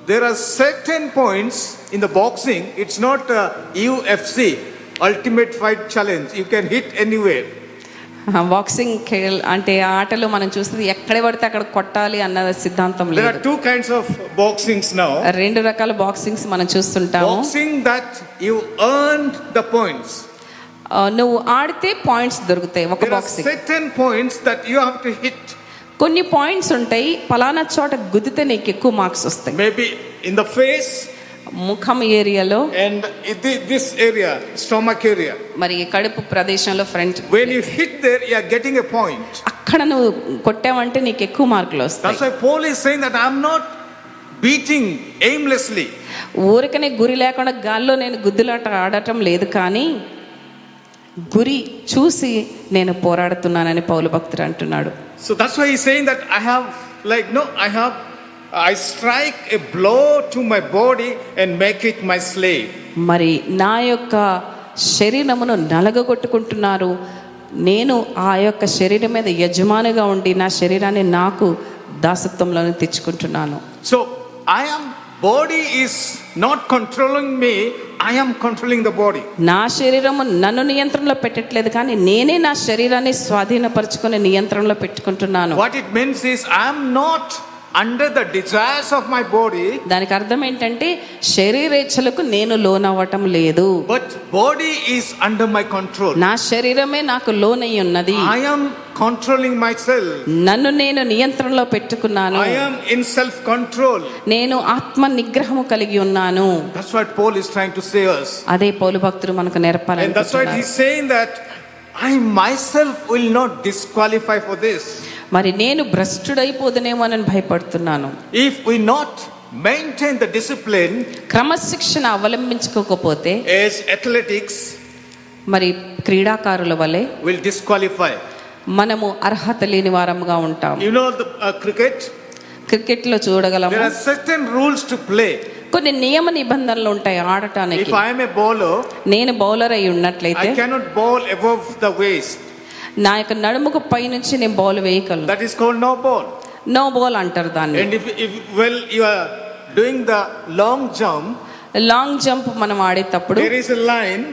S1: there are certain points in the boxing, it's not uh, UFC, Ultimate Fight Challenge. You can hit anywhere.
S2: Boxing అంటే ఆ ఆటలో మనం చూస్తుంది ఎక్కడ పడితే అక్కడ కొట్టాలి అన్న సిద్ధాంతం
S1: There are
S2: లేదు
S1: two kinds of boxings now.
S2: రెండు రకాల బాక్సింగ్స్ మనం చూస్తుంటాము
S1: Boxing that you earned the points.
S2: ఆ, నువ్వు ఆడితే పాయింట్స్ దొరుకుతాయి ఒక
S1: There are
S2: boxing
S1: certain points that you have to hit.
S2: కొన్ని పాయింట్స్ ఉంటాయి పలానా చోట గుద్దితే నీకు ఎక్కువ మార్క్స్ వస్తాయి
S1: Maybe in the face
S2: ముఖం ఏరియాలో
S1: and in thi- this area, stomach area.
S2: మరి కడుపు ప్రదేశంలో front
S1: When you hit there, you are getting a point.
S2: అక్కడ నువ్వు కొట్టావంటే నీకు ఎక్కువ మార్కులు వస్తాయి
S1: That's why Paul is saying that I'm not beating aimlessly.
S2: ఊరికనే గురి లేకుండా గాల్లో నేను గుద్దులాట ఆడటం లేదు కానీ గురి చూసి నేను పోరాడుతున్నానని పౌలు భక్తుడు అంటున్నాడు
S1: So that's why he's saying that I have, like, no, I have, I strike a blow to my body and make it my slave.
S2: మరి నా యొక్క శరీరమును నలగగొట్టుకుంటున్నారు నేను ఆ యొక్క శరీరం మీద యజమానిగా ఉండి నా శరీరాన్ని నాకు దాసత్వంలోనే తెచ్చుకుంటున్నాను
S1: So I am, body is not controlling me, I am controlling the body.
S2: నా శరీరము నన్ను నియంత్రణలో పెట్టట్లేదు కానీ నేనే నా శరీరాన్ని స్వాధీనపరచుకొని నియంత్రణలో పెట్టుకుంటున్నాను
S1: What it means is I am not under the desires of my body,
S2: దానికి అర్థం ఏంటంటే శరీరేచ్ఛలకు నేను లోనవ్వటం లేదు
S1: but body is under my control.
S2: నా శరీరమే నాకు లోనై ఉన్నది
S1: I am controlling myself.
S2: నన్ను నేను నియంత్రణలో పెట్టుకున్నాను
S1: I am in self control.
S2: నేను ఆత్మ నిగ్రహము కలిగి ఉన్నాను
S1: That's what Paul is trying to say us.
S2: అదే పౌలు భక్తులు మనకు
S1: And that's why
S2: నేర్పాలని
S1: he's saying that I myself will not disqualify for this.
S2: మరి నేను భ్రష్టుడైపోదునేమో అని భయపడుతున్నాను
S1: If we not maintain the discipline
S2: క్రమశిక్షణ అవలంబించుకోకపోతే
S1: as athletics
S2: మరి క్రీడాకారుల వలె
S1: will disqualify.
S2: మనము అర్హత లేని వారముగా ఉంటాం
S1: You know the uh, cricket?
S2: Cricket లో చూడగలము
S1: There are certain rules to play.
S2: కొన్ని నియమ నిబంధనలు ఉంటాయి ఆడటానికి
S1: If I am a bowler,
S2: నేను బౌలర్ అయి ఉన్నట్లయితే
S1: I cannot bowl above the waist.
S2: నా యొక్క నడుముకు పై నుంచి నేను బౌల్ వేయగలను
S1: That is called no ball.
S2: No ball అంటారు దాన్ని
S1: And if, if well you are doing the long jump,
S2: long jump మనం ఆడేటప్పుడు
S1: there is a line.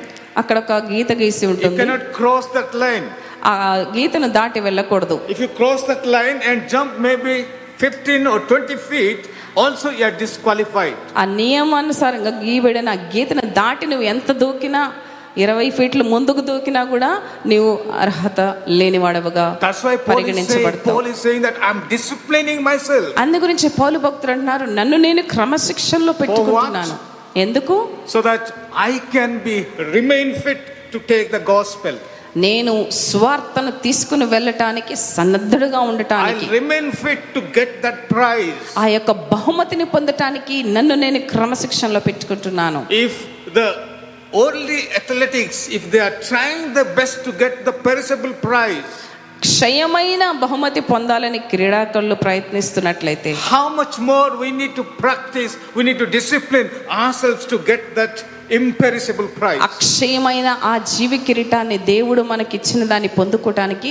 S2: అక్కడ ఒక గీత గీసి
S1: You
S2: ఉంటుంది
S1: cannot cross that line.
S2: ఆ గీతను దాటి వెళ్ళకూడదు
S1: If you cross that line and jump maybe 15 or 20 feet, also you are disqualified.
S2: ఆ నియమానుసారంగా గీయబడిన ఆ గీతను దాటి నువ్వు ఎంత దూకినా ఇరవై ఫీట్లు ముందుకు దూకినా కూడా నీవు అర్హత లేనివాడవుగా
S1: That's why Paul is, saying,
S2: పరిగణించబడతావు
S1: Paul is saying that I'm disciplining myself
S2: అందు గురించి పౌలు భక్తులు అంటున్నారు నన్ను నేను క్రమశిక్షణలో పెట్టుకుంటున్నాను ఎందుకు
S1: so that I can be remain fit to take the gospel.
S2: నేను స్వార్థను తీసుకుని వెళ్ళటానికి సన్నద్ధుడుగా ఉండటానికి
S1: I'll remain fit to get that prize.
S2: ఆ యొక్క బహుమతిని పొందటానికి నన్ను నేను క్రమశిక్షణలో పెట్టుకుంటున్నాను
S1: If the only athletics, if they are trying their best to get the perishable prize,
S2: క్షయమైన బహుమతి పొందాలని క్రీడాకారులు ప్రయత్నిస్తున్నట్లయితే
S1: how much more we need to practice, we need to discipline ourselves to get that imperishable prize.
S2: అక్షయమైన ఆ జీవి కిరీటాన్ని దేవుడు మనకిచ్చిన దాన్ని పొందుకోవటానికి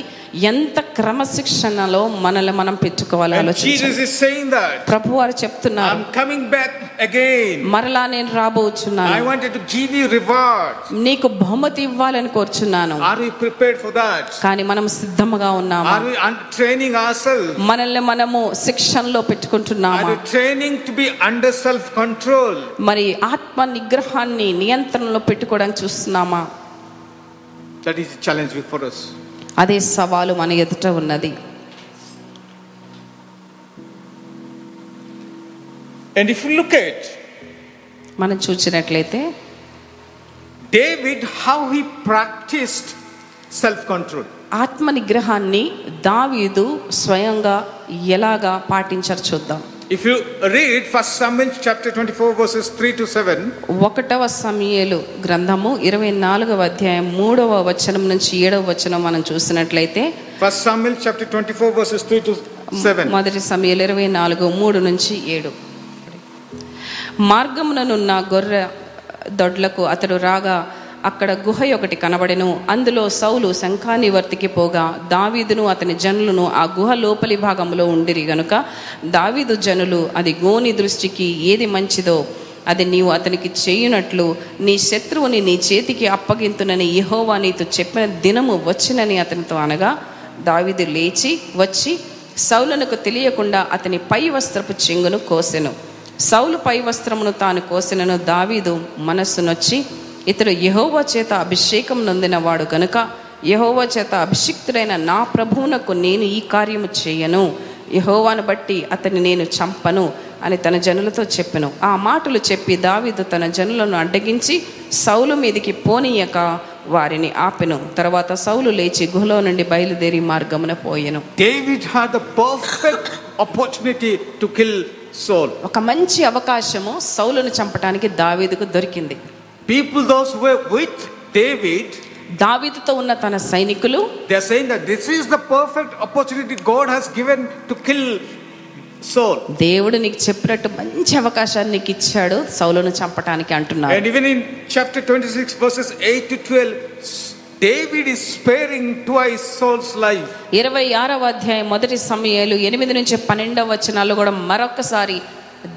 S2: ఎంత క్రమశిక్షణలో మనల్ని మనం పెట్టుకోవాలని
S1: And Jesus
S2: ఆలోచించాలి
S1: is saying that
S2: ప్రభు వారు చెప్తున్నారు
S1: I'm coming back again.
S2: మరలా నేను
S1: Um, I
S2: రాబోచున్నాను
S1: wanted to give you reward.
S2: నీకు బహుమతి ఇవ్వాలని కోరుచున్నాను
S1: Are we prepared for that?
S2: కానీ మనం సిద్ధముగా ఉన్నామా
S1: Are we un- training ourselves?
S2: మనల్ని మనము శిక్షణలో
S1: Are
S2: పెట్టుకుంటున్నామా
S1: we training to be under self control?
S2: మరి ఆత్మ నిగ్రహాన్ని నియంత్రణలో పెట్టుకోవడానికి చూస్తున్నామా
S1: That is the challenge before us.
S2: అదే సవాలు మన ఎదుట ఉన్నది
S1: And if you look at
S2: మనం చూసినట్లయితే
S1: David, how he practiced self control.
S2: ఆత్మ నిగ్రహాన్ని దావీదు స్వయంగా ఎలాగా పాటించారు చూద్దాం
S1: If you read 1 Samuel chapter 24, verses 3 to 7,
S2: ఒకటవ సమయలు గ్రంథము ఇరవై నాలుగవ అధ్యాయం మూడవ వచనం నుంచి ఏడవ వచనం మనం చూసినట్లయితే
S1: 1 Samuel chapter 24, verses 3 to 7.
S2: మొదటి సమయలు ఇరవై నాలుగు మూడు నుంచి ఏడు మార్గముననున్న గొర్రె దొడ్లకు అతడు రాగా అక్కడ గుహ ఒకటి కనబడెను అందులో సౌలు శంఖానివర్తికి పోగా దావీదును అతని జనులను ఆ గుహ లోపలి భాగంలో ఉండిరి గనుక దావీదు జనులు అది గోని దృష్టికి ఏది మంచిదో అది నీవు అతనికి చేయునట్లు నీ శత్రువుని నీ చేతికి అప్పగింతునని యెహోవా నీతో చెప్పిన దినము వచ్చినని అతనితో అనగా దావీదు లేచి వచ్చి సౌలునకు తెలియకుండా అతని పై వస్త్రపు చెంగును కోసెను సౌలు పై వస్త్రమును తాను కోసినను దావీదు మనస్సునొచ్చి ఇతడు యహోవా చేత అభిషేకం నొందినవాడు గనుక యహోవా చేత అభిషిక్తుడైన నా ప్రభువునకు నేను ఈ కార్యము చేయను యహోవాను బట్టి అతని నేను చంపను అని తన జనులతో చెప్పెను ఆ మాటలు చెప్పి దావీదు తన జనులను అడ్డగించి సౌలు మీదికి పోనీయక వారిని ఆపెను తర్వాత సౌలు లేచి గుహలో నుండి బయలుదేరి మార్గమున పోయెను
S1: David had the perfect opportunity to kill Saul.
S2: ఒక మంచి అవకాశము సౌలును చంపటానికి దావీదుకు దొరికింది
S1: People, those who were with David,
S2: దావీదుతో ఉన్న తన సైనికులు
S1: They are saying that this is the perfect opportunity God has given to kill Saul.
S2: దేవుడు నీకు చెప్పినట్టు మంచి అవకాశాన్ని నీకు ఇచ్చాడు సౌలును చంపటానికి అంటున్నారు
S1: And even in chapter 26, verses 8 to 12, David is sparing twice Saul's life.
S2: ఇరవై ఆరవ అధ్యాయం మొదటి సమయాలు ఎనిమిది నుంచి పన్నెండవ వచనాలు కూడా మరొకసారి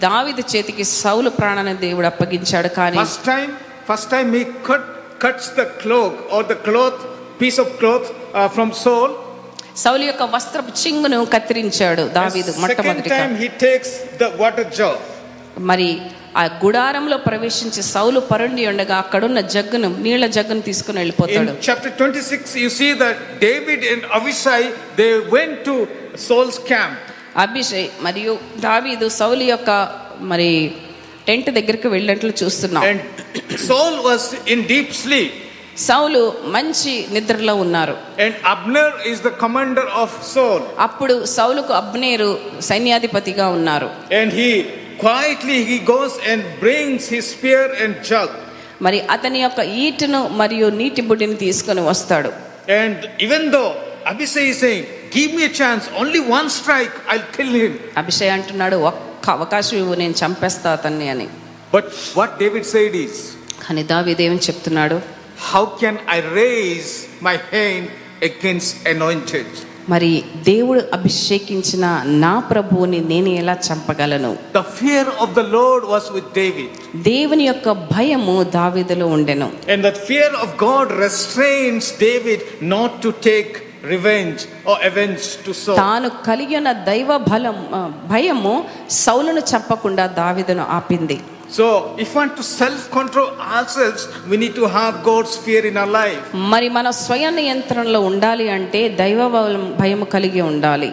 S2: దావీదు చేతికి సౌలు ప్రాణాన్ని దేవుడు అప్పగించాడు కానీ
S1: First time, First time he cut, cuts the cloak or the cloth, piece of cloth uh, from Saul.
S2: సౌలు యొక్క వస్త్రపు చింగును కత్తిరించాడు దావీదు
S1: Second
S2: మొట్టమొదటిగా
S1: time he takes the water jar.
S2: మరి ఆ గుడారంలో ప్రవేశించి సౌలు పరుండి ఉండగా అక్కడున్న జగ్గును నీళ్ల జగ్గును తీసుకుని వెళ్ళిపోతాడు
S1: In chapter 26, you see that David and Avishai, they went to Saul's camp.
S2: Abhishek మరియు దావీదు సౌలు యొక్క మరి టెంట్ దగ్గరికి వెళ్ళినట్లు చూస్తున్నాం
S1: And Saul was in deep sleep.
S2: సౌలు మంచి నిద్రలో ఉన్నారు
S1: And Abner is the commander of Saul.
S2: అప్పుడు సౌలుకు అబ్నేరు సైన్యాధిపతిగా ఉన్నారు
S1: And he quietly he goes and brings his spear and jug.
S2: మరి అతని యొక్క ఈటును మరియు నీటి బుడ్డిని తీసుకొని వస్తాడు
S1: And even though Abishai is saying, give me a chance, only one strike, I'll kill him.
S2: Abhishek అంటున్నాడు ఒక్క అవకాశం ఇవ్వు నేను చంపేస్తా అతన్ని అని
S1: But what David said is,
S2: కానీ దావీదేమని చెప్తున్నాడు
S1: how can I raise my hand against anointed?
S2: మరి దేవుడు అభిషేకించిన నా ప్రభువుని నేను ఎలా చంపగలను
S1: The fear of the Lord was with David.
S2: దేవుని యొక్క భయము దావీదులో ఉండెను
S1: And that fear of God restrains David not to take revenge or avenge to Saul.
S2: తాను కలిగి ఉన్న దైవ బలం ఆ, భయము సౌలును చంపకుండా దావీదును ఆపింది
S1: So, if we want to self control ourselves, we need to have God's fear in our life.
S2: మరి మన స్వయం నియంత్రణలో ఉండాలి అంటే దైవ బలం భయము కలిగి ఉండాలి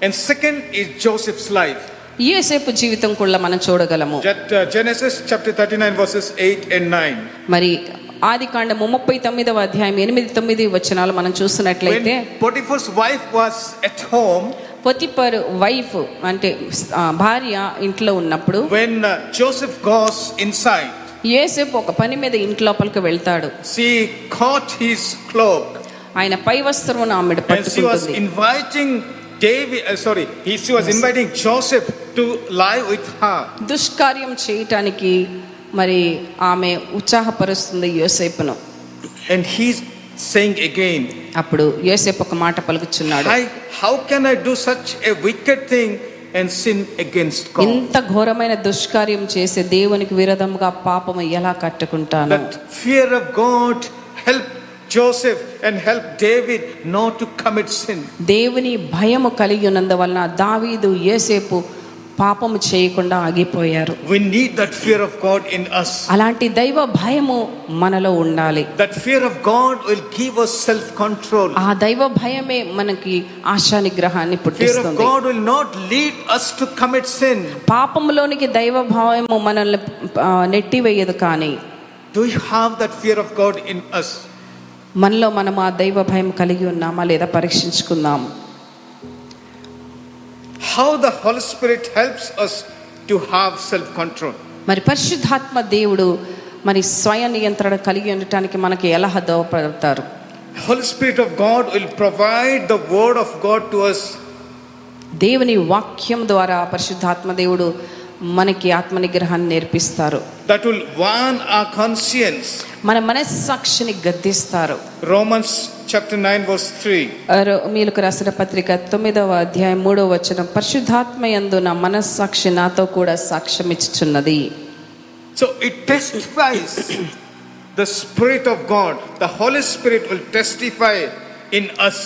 S1: And second is Joseph's life.
S2: యోసేపు జీవితం కూడా మనం చూడగలము
S1: That, uh, Genesis chapter 39, verses 8 and 9.
S2: మరి ఆది కాండము ముప్పై తొమ్మిదవ అధ్యాయం ఎనిమిది తొమ్మిది వచనాలు మనం చూస్తున్నట్లయితే
S1: When Potiphar's wife was at home,
S2: Potiphar wife అంటే ఆ, భార్య ఇంట్లో ఉన్నప్పుడు
S1: when uh, Joseph goes inside,
S2: యోసేపు ఒక పని మీద ఇంట్లోపలికి వెళ్తాడు
S1: she caught his cloak
S2: ఆయన పై వస్త్రమును ఆమెడు
S1: And she was
S2: పట్టుకుంటుంది
S1: inviting David, uh, sorry, he, she was inviting Joseph to lie with her.
S2: దుష్కార్యం చేయటానికి మరి ఆమె ఉత్సాహపరుస్తుంది యోసేపును
S1: And he's saying again,
S2: అప్పుడు యోసేపు ఒక మాట పలుకుచున్నాడు
S1: I, how can I do such a wicked thing and sin against God?
S2: ఇంత ఘోరమైన దుష్కార్యం చేసే దేవునికి విరోధంగా పాపము ఎలా కట్టుకుంటాను
S1: That fear of God help Joseph and help David not to commit sin.
S2: దేవుని భయము కలిగి ఉన్నందువలన దావీదు యోసేపు పాపము చేయకుండా ఆగిపోయారు
S1: We need that fear of God in us.
S2: అలాంటి దైవ భయము మనలో ఉండాలి
S1: That fear of God will give us self control.
S2: ఆ దైవ భయమే మనకి ఆశా నిగ్రహాన్ని
S1: Fear of
S2: పుట్టిస్తుంది
S1: God will not lead us to commit sin.
S2: పాపములోనికి దైవ భయము మనల్ని ఆ, నెట్టివేయదు కానీ
S1: Do you have that fear of God in us?
S2: మనలో మనం ఆ దైవ భయం కలిగి ఉన్నామా లేదా పరీక్షించుకుందాం
S1: How the Holy Spirit helps us to have self control.
S2: మరి పరిశుద్ధాత్మ దేవుడు మరి స్వయం నియంత్రణ కలిగి ఉండటానికి మనకి ఎలా దోహపడతారు
S1: Holy Spirit of God will provide the word of God to us
S2: దేవుని వాక్యం ద్వారా పరిశుద్ధాత్మ దేవుడు మనకి ఆత్మ నిగ్రహాన్ని నేర్పిస్తారు
S1: that will warn our conscience.
S2: మన మనస్సాక్షిని గద్దిస్తారు
S1: Romans chapter 9, verse 3.
S2: మీలకు రాసిన పత్రిక తొమ్మిదవ అధ్యాయం మూడవ వచనం పరిశుద్ధాత్మ యందు నా మనస్సాక్షి నాతో కూడా సాక్ష్యం ఇచ్చుచున్నది
S1: So it testifies the Spirit of God. The Holy Spirit will testify in us.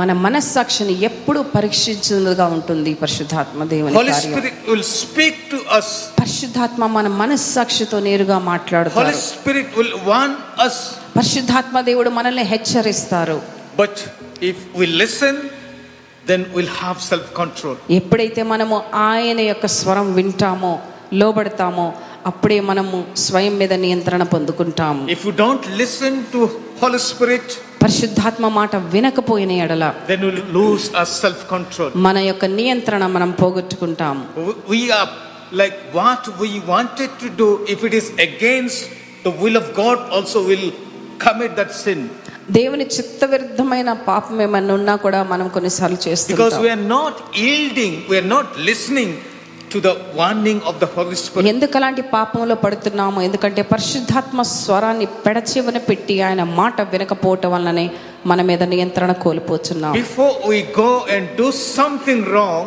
S2: మన మనస్సాక్షిని ఎప్పుడు పరీక్షించుగా ఉంటుంది పరిశుద్ధాత్మ దేవుని
S1: Holy
S2: కార్యం.
S1: Spirit will speak to us.
S2: పరిశుద్ధాత్మ మన మనస్సాక్షితో నేరుగా
S1: Holy
S2: మాట్లాడుతారు
S1: Spirit will warn us.
S2: పరిశుద్ధాత్మ దేవుడు మనల్ని హెచ్చరిస్తారు
S1: But if we listen, then we'll have self control.
S2: ఎప్పుడైతే మనము ఆయన యొక్క స్వరం వింటామో లోబడతామో అప్పుడే మనము స్వయం మీద నియంత్రణ పొందుకుంటాము
S1: If you don't listen to Holy Spirit,
S2: పరిశుద్ధాత్మ మాట వినకపోయిన ఎడల
S1: then we'll lose our self control.
S2: మన యొక్క నియంత్రణ మనం పోగొట్టుకుంటాము
S1: We are like what we wanted to do, if it is against the will of God, also will commit that sin.
S2: దేవుని చిత్త విరుద్ధమైన పాపం ఏమన్నా ఉన్నా కూడా మనం కొన్నిసార్లు
S1: Because
S2: చేస్తుంటాం
S1: we are not yielding, we are not listening to the warning of the Holy Spirit.
S2: ఎందుకు అలాంటి పాపంలో పడుతున్నాము ఎందుకంటే పరిశుద్ధాత్మ స్వరాన్ని పెడచెవిన పెట్టి ఆయన మాట వినకపోవటం వల్లనే మన మీద నియంత్రణ కోల్పోతున్నాం
S1: Before we go and do something wrong,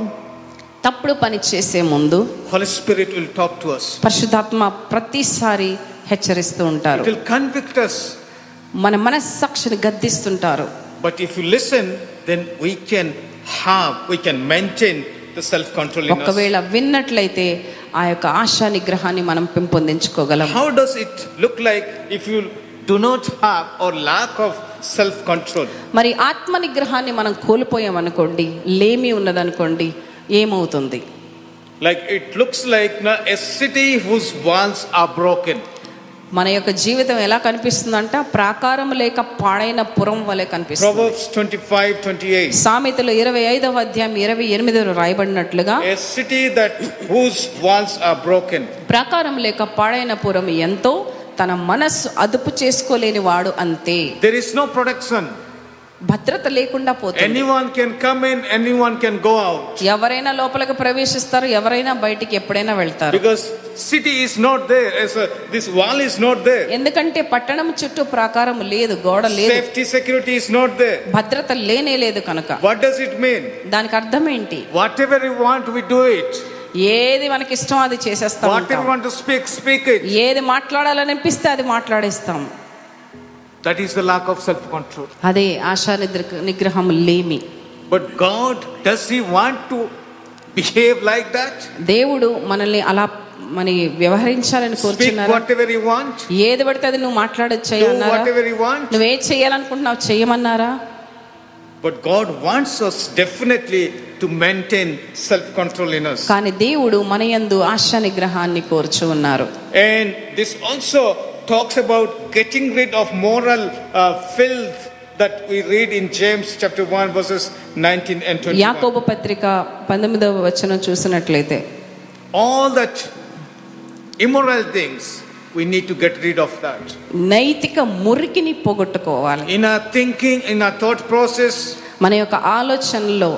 S2: తప్పుడు పని చేసే ముందు
S1: Holy Spirit will talk to us.
S2: పరిశుద్ధాత్మ ప్రతిసారి హెచ్చరిస్తూ ఉంటారు
S1: It will convict us.
S2: మన మనస్సాక్షిని గద్దిస్తుంటారు
S1: But if you listen, then we can have, we can maintain the self control in us.
S2: ఒకవేళ విన్నట్లయితే ఆ యొక్క ఆశా నిగ్రహాన్ని మనం పెంపొందించుకోగలం
S1: How does it look like if you do not have or lack of self control?
S2: మరి ఆత్మ నిగ్రహాన్ని మనం కోల్పోయామనుకోండి లేమి ఉన్నదనుకోండి ఏమవుతుంది
S1: Like it looks like na, a city whose walls are broken.
S2: మన యొక్క జీవితం ఎలా కనిపిస్తుందంట ప్రాకారం లేక పాడైన పురం వలె కనిపిస్తుంది
S1: Proverbs 25 28.
S2: సామెతలు ఇరవై ఐదవ అధ్యాయం ఇరవై ఎనిమిదిలో రాయబడినట్లుగా
S1: A city that whose walls are broken.
S2: ప్రాకారం లేక పాడైన పురం ఎంతో తన మనస్సు అదుపు చేసుకోలేని వాడు అంతే
S1: There is no protection.
S2: భద్రత లేకుండా పోతుంది
S1: Anyone can come in, anyone can go out.
S2: ఎవరైనా లోపలికి ప్రవేశిస్తారు ఎవరైనా బయటికి ఎప్పుడైనా వెళ్తారు
S1: Because city is not there. As a- this wall is not there.
S2: ఎందుకంటే పట్టణం చుట్టూ ప్రాకారం లేదు గోడ లేదు
S1: Safety security is not there.
S2: భద్రత లేనే లేదు కనుక
S1: What does it mean?
S2: దానికి అర్థం ఏంటి
S1: Whatever we want, we do it.
S2: ఏది మనకి ఇష్టం అది చేసేస్తాం
S1: Whatever we want to speak, speak it.
S2: ఏది మాట్లాడాలని అనిపిస్తే అది మాట్లాడేస్తాం
S1: That is the lack of self-control.
S2: అదే ఆశా నిద్ర- నిగ్రహం లేమి
S1: But God, does He want to behave like that?
S2: దేవుడు మనల్ని అలా మరి వ్యవహరించాలని
S1: Speak
S2: కోరుచున్నారు
S1: whatever you want.
S2: ఏది పడితే అది నువ్వు మాట్లాడచ్చు
S1: Do
S2: అన్నారా
S1: whatever you want.
S2: నువ్వే చేయాలనుకుంటున్నావు చేయమన్నారా
S1: But God wants us definitely to maintain self-control in us.
S2: కానీ దేవుడు మన యందు ఆశా నిగ్రహాన్ని కోరుచు ఉన్నారు
S1: And this also talks about getting rid of moral uh, filth that we read in James chapter 1 verses 19 and 21.
S2: యాకోబ పత్రిక పంతొమ్మిదవ వచనం చూసినట్లయితే
S1: All that immoral things, we need to get rid of that.
S2: నైతిక మురికిని పోగొట్టుకోవాలి
S1: In our thinking, in our thought process,
S2: మన యొక్క ఆలోచనలో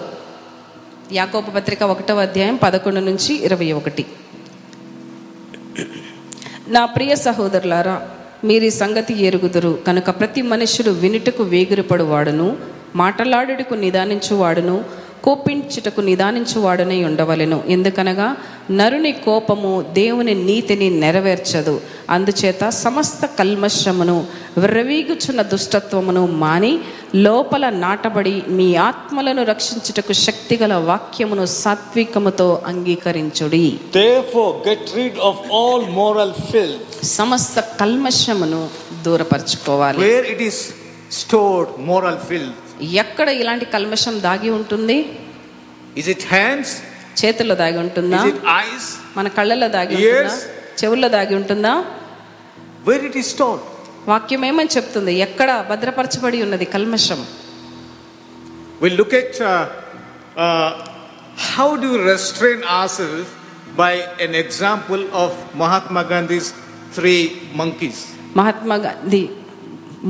S2: యాకోబ పత్రిక ఒకటవ అధ్యాయం పదకొండు నుంచి ఇరవై ఒకటి నా ప్రియ సహోదరులారా మీరు ఈ సంగతి ఎరుగుదురు కనుక ప్రతి మనుషుడు వినుటకు వేగిరపడు వాడును మాటలాడుటకు నిదానించువాడును కోపించుటకు నిదానించువాడనై ఉండవలెను ఎందుకనగా నరుని కోపము దేవుని నీతిని నెరవేర్చదు అందుచేత సమస్త కల్మషమును విర్రవీగుచున్న దుష్టత్వమును మాని లోపల నాటబడి మీ ఆత్మలను రక్షించుటకు శక్తిగల వాక్యమును సాత్వికముతో అంగీకరించుడి
S4: Therefore, get rid of all moral filth.
S2: సమస్త కల్మషమును దూరపరచుకోవాలి
S1: where it is stored, moral filth.
S2: ఎక్కడ ఇలాంటి కల్మషం దాగి ఉంటుంది
S1: Is it hands?
S2: చేతుల్లో దాగి ఉంటుందా
S1: Is it eyes?
S2: మన కళ్ళల్లో దాగి ఉంటుందా
S1: Ears?
S2: చెవుల్లో దాగి ఉంటుందా
S1: Where it is stored?
S2: వాక్యం ఏమని చెప్తుంది ఎక్కడ భద్రపరచబడి ఉన్నది కల్మషం
S1: We look at uh, uh, how do you restrain ourselves by an example of Mahatma Gandhi's three monkeys.
S2: Mahatma Gandhi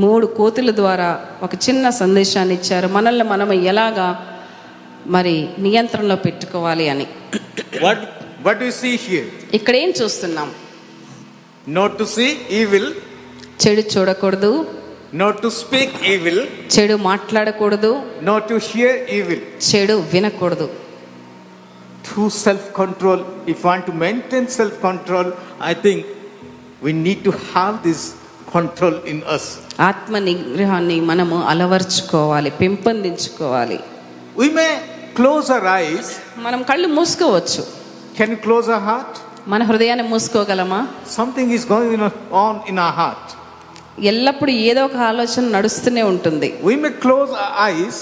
S2: మూడు కోతుల ద్వారా ఒక చిన్న సందేశాన్ని ఇచ్చారు మనల్ని మనం ఎలాగా మరి నియంత్రణలో పెట్టుకోవాలి అని
S1: What, what do you see here?
S2: ఇక్కడ ఏం చూస్తున్నాం
S1: Not to see evil,
S2: చెడు చూడకూడదు
S1: not to speak evil,
S2: చెడు మాట్లాడకూడదు
S1: not to hear evil.
S2: చెడు వినకూడదు
S1: Through self control, if we want to maintain self control, I think we need to have this control in us.
S2: ఆత్మ నిగ్రహాన్ని మనము అలవర్చుకోవాలి పెంపొందించుకోవాలి
S1: We may close our eyes,
S2: మనం కళ్ళు మూసుకోవచ్చు
S1: can you close our heart?
S2: మన హృదయాన్ని మూసుకోగలమా
S1: Something is going on in our heart.
S2: ఎల్లప్పుడూ ఏదో ఒక ఆలోచన నడుస్తూనే ఉంటుంది
S1: We may close our eyes,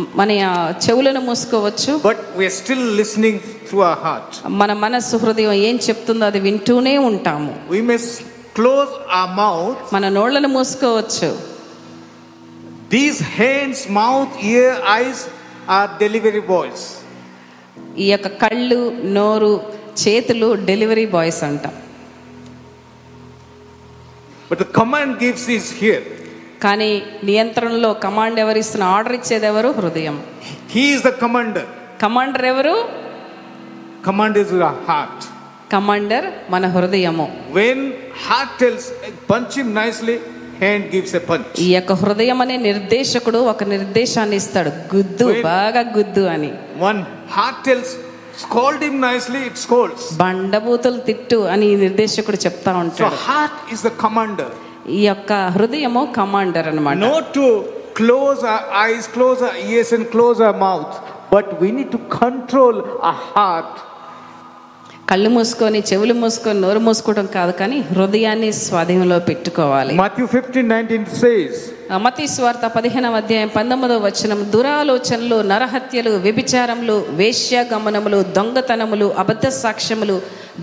S2: మ- మన ఆ, చెవులను మూసుకోవచ్చు
S1: but we are still listening through our heart.
S2: మన మనస్సు హృదయం ఏం చెప్తుందో అది వింటూనే ఉంటాము
S1: We may s- close our mouth.
S2: మన నోళ్ళను మూసుకోవచ్చు
S1: These hands, mouth, ear, eyes are delivery boys.
S2: ఈ యొక్క కళ్ళు నోరు చేతులు డెలివరీ బాయ్స్ అంటాం
S1: But the command gives is here.
S2: కానీ నియంత్రణలో కమాండ్ ఎవరిస్తున్న ఆర్డర్ ఇచ్చేది ఎవరు హృదయం
S1: He is the commander.
S2: Commander ఎవరు
S1: Command is your heart.
S2: Commander మన హృదయము
S1: When heart tells eh, punch him nicely, hand gives a punch.
S2: ఈ యొక్క హృదయం అనే నిర్దేశకుడు ఒక నిర్దేశాన్ని ఇస్తాడు గుద్దు
S1: Wait.
S2: బాగా గుద్దు అని
S1: One heart tells Scold him nicely, it scolds.
S2: బండబూతలు తిట్టు అని ఈ నిర్దేశకుడు చెప్తా
S1: So
S2: ఉంటాడు
S1: heart is the commander.
S2: ఈ యొక్క హృదయము కమాండర్ అన్నమాట
S1: Not to close our eyes, close our ears, and close our mouth. But we need to control our heart.
S2: కళ్ళు మూసుకొని చెవులు మూసుకొని నోరు మూసుకోవడం కాదు కానీ హృదయాన్ని స్వాధీనంలో పెట్టుకోవాలి
S1: Matthew 15 19 says,
S2: మతీ స్వార్థ పదిహేనవ అధ్యాయం పంతొమ్మిదవ వచనం దురాలోచనలు నరహత్యలు వ్యభిచారములు వేశ్యాగమనములు దొంగతనములు అబద్ధ సాక్ష్యములు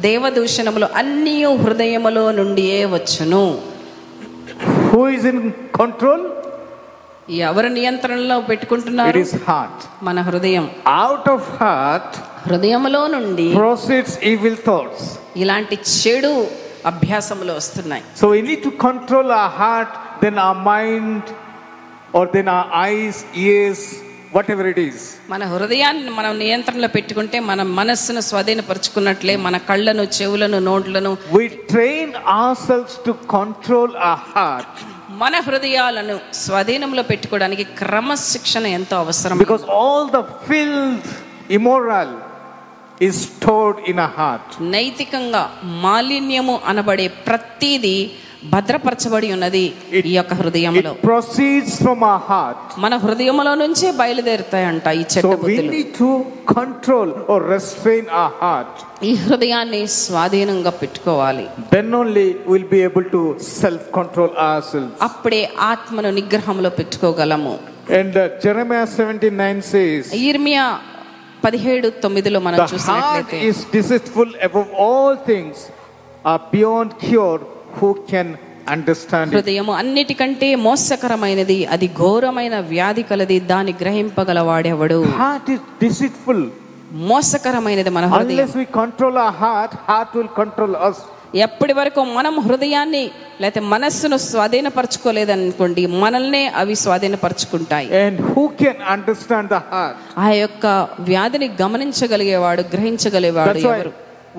S2: దేవదూషణములు అన్నీ హృదయములో నుండియే వచ్చును
S1: Who is in control?
S2: ఎవరు నియంత్రణలో
S1: It
S2: పెట్టుకుంటున్నారు
S1: is heart.
S2: మన హృదయం
S1: Out of heart
S2: హృదయములో నుండి
S1: proceeds evil thoughts.
S2: ఇలాంటి చెడు అభ్యాసములు వస్తున్నాయి
S1: So we need to control our heart, then our mind, or then our eyes, ears, whatever it is.
S2: మన హృదయాన్ని మనం నియంత్రణలో పెట్టుకుంటే మన మనస్సును స్వాధీనపరుచుకున్నట్లే మన కళ్ళను చెవులను నోట్లను
S1: We train ourselves to control our heart
S2: మన హృదయాలను స్వాధీనంలో పెట్టుకోవడానికి క్రమశిక్షణ ఎంతో అవసరం
S1: because all the filth, immoral, is stored in our heart.
S2: నైతికంగా మాలిన్యము అనబడే ప్రతిదీ భద్రపరచబడి ఉన్నది ఈ యొక్క హృదయంలో
S1: It proceeds from our heart.
S2: మన హృదయంలో నుంచే బయలుదేరుతాయంట ఈ చెడ్డ
S1: So we
S2: బుద్ధులు
S1: need to control or restrain our heart.
S2: ఈ హృదయాన్ని స్వాధీనంగా పెట్టుకోవాలి
S1: Then only we'll be able to self control ourselves.
S2: అప్పుడే ఆత్మను నిగ్రహంలో పెట్టుకోగలము
S1: And uh, Jeremiah 79 says,
S2: ఇర్మియా పదిహేడు తొమ్మిదిలో మనం
S1: The heart
S2: చూసినట్లయితే
S1: is deceitful above all things, are beyond cure. Who can understand it?
S2: హృదయము అన్నిటికంటే మోసకరమైనది అది ఘోరమైన వ్యాధి కలది దాన్ని గ్రహింపగల వాడెవడు
S1: Heart is deceitful.
S2: మోసకరమైనది మన హృదయం
S1: Unless we control our heart, heart will control us.
S2: ఎప్పటి వరకు మనం హృదయాన్ని లేకపోతే మనస్సును స్వాధీనపరచుకోలేదనుకోండి మనల్నే అవి స్వాధీనపరచుకుంటాయి
S1: And who can understand the heart?
S2: ఆ యొక్క వ్యాధిని గమనించగలిగేవాడు గ్రహించగలిగేవాడు
S1: That's why
S2: ఎవరు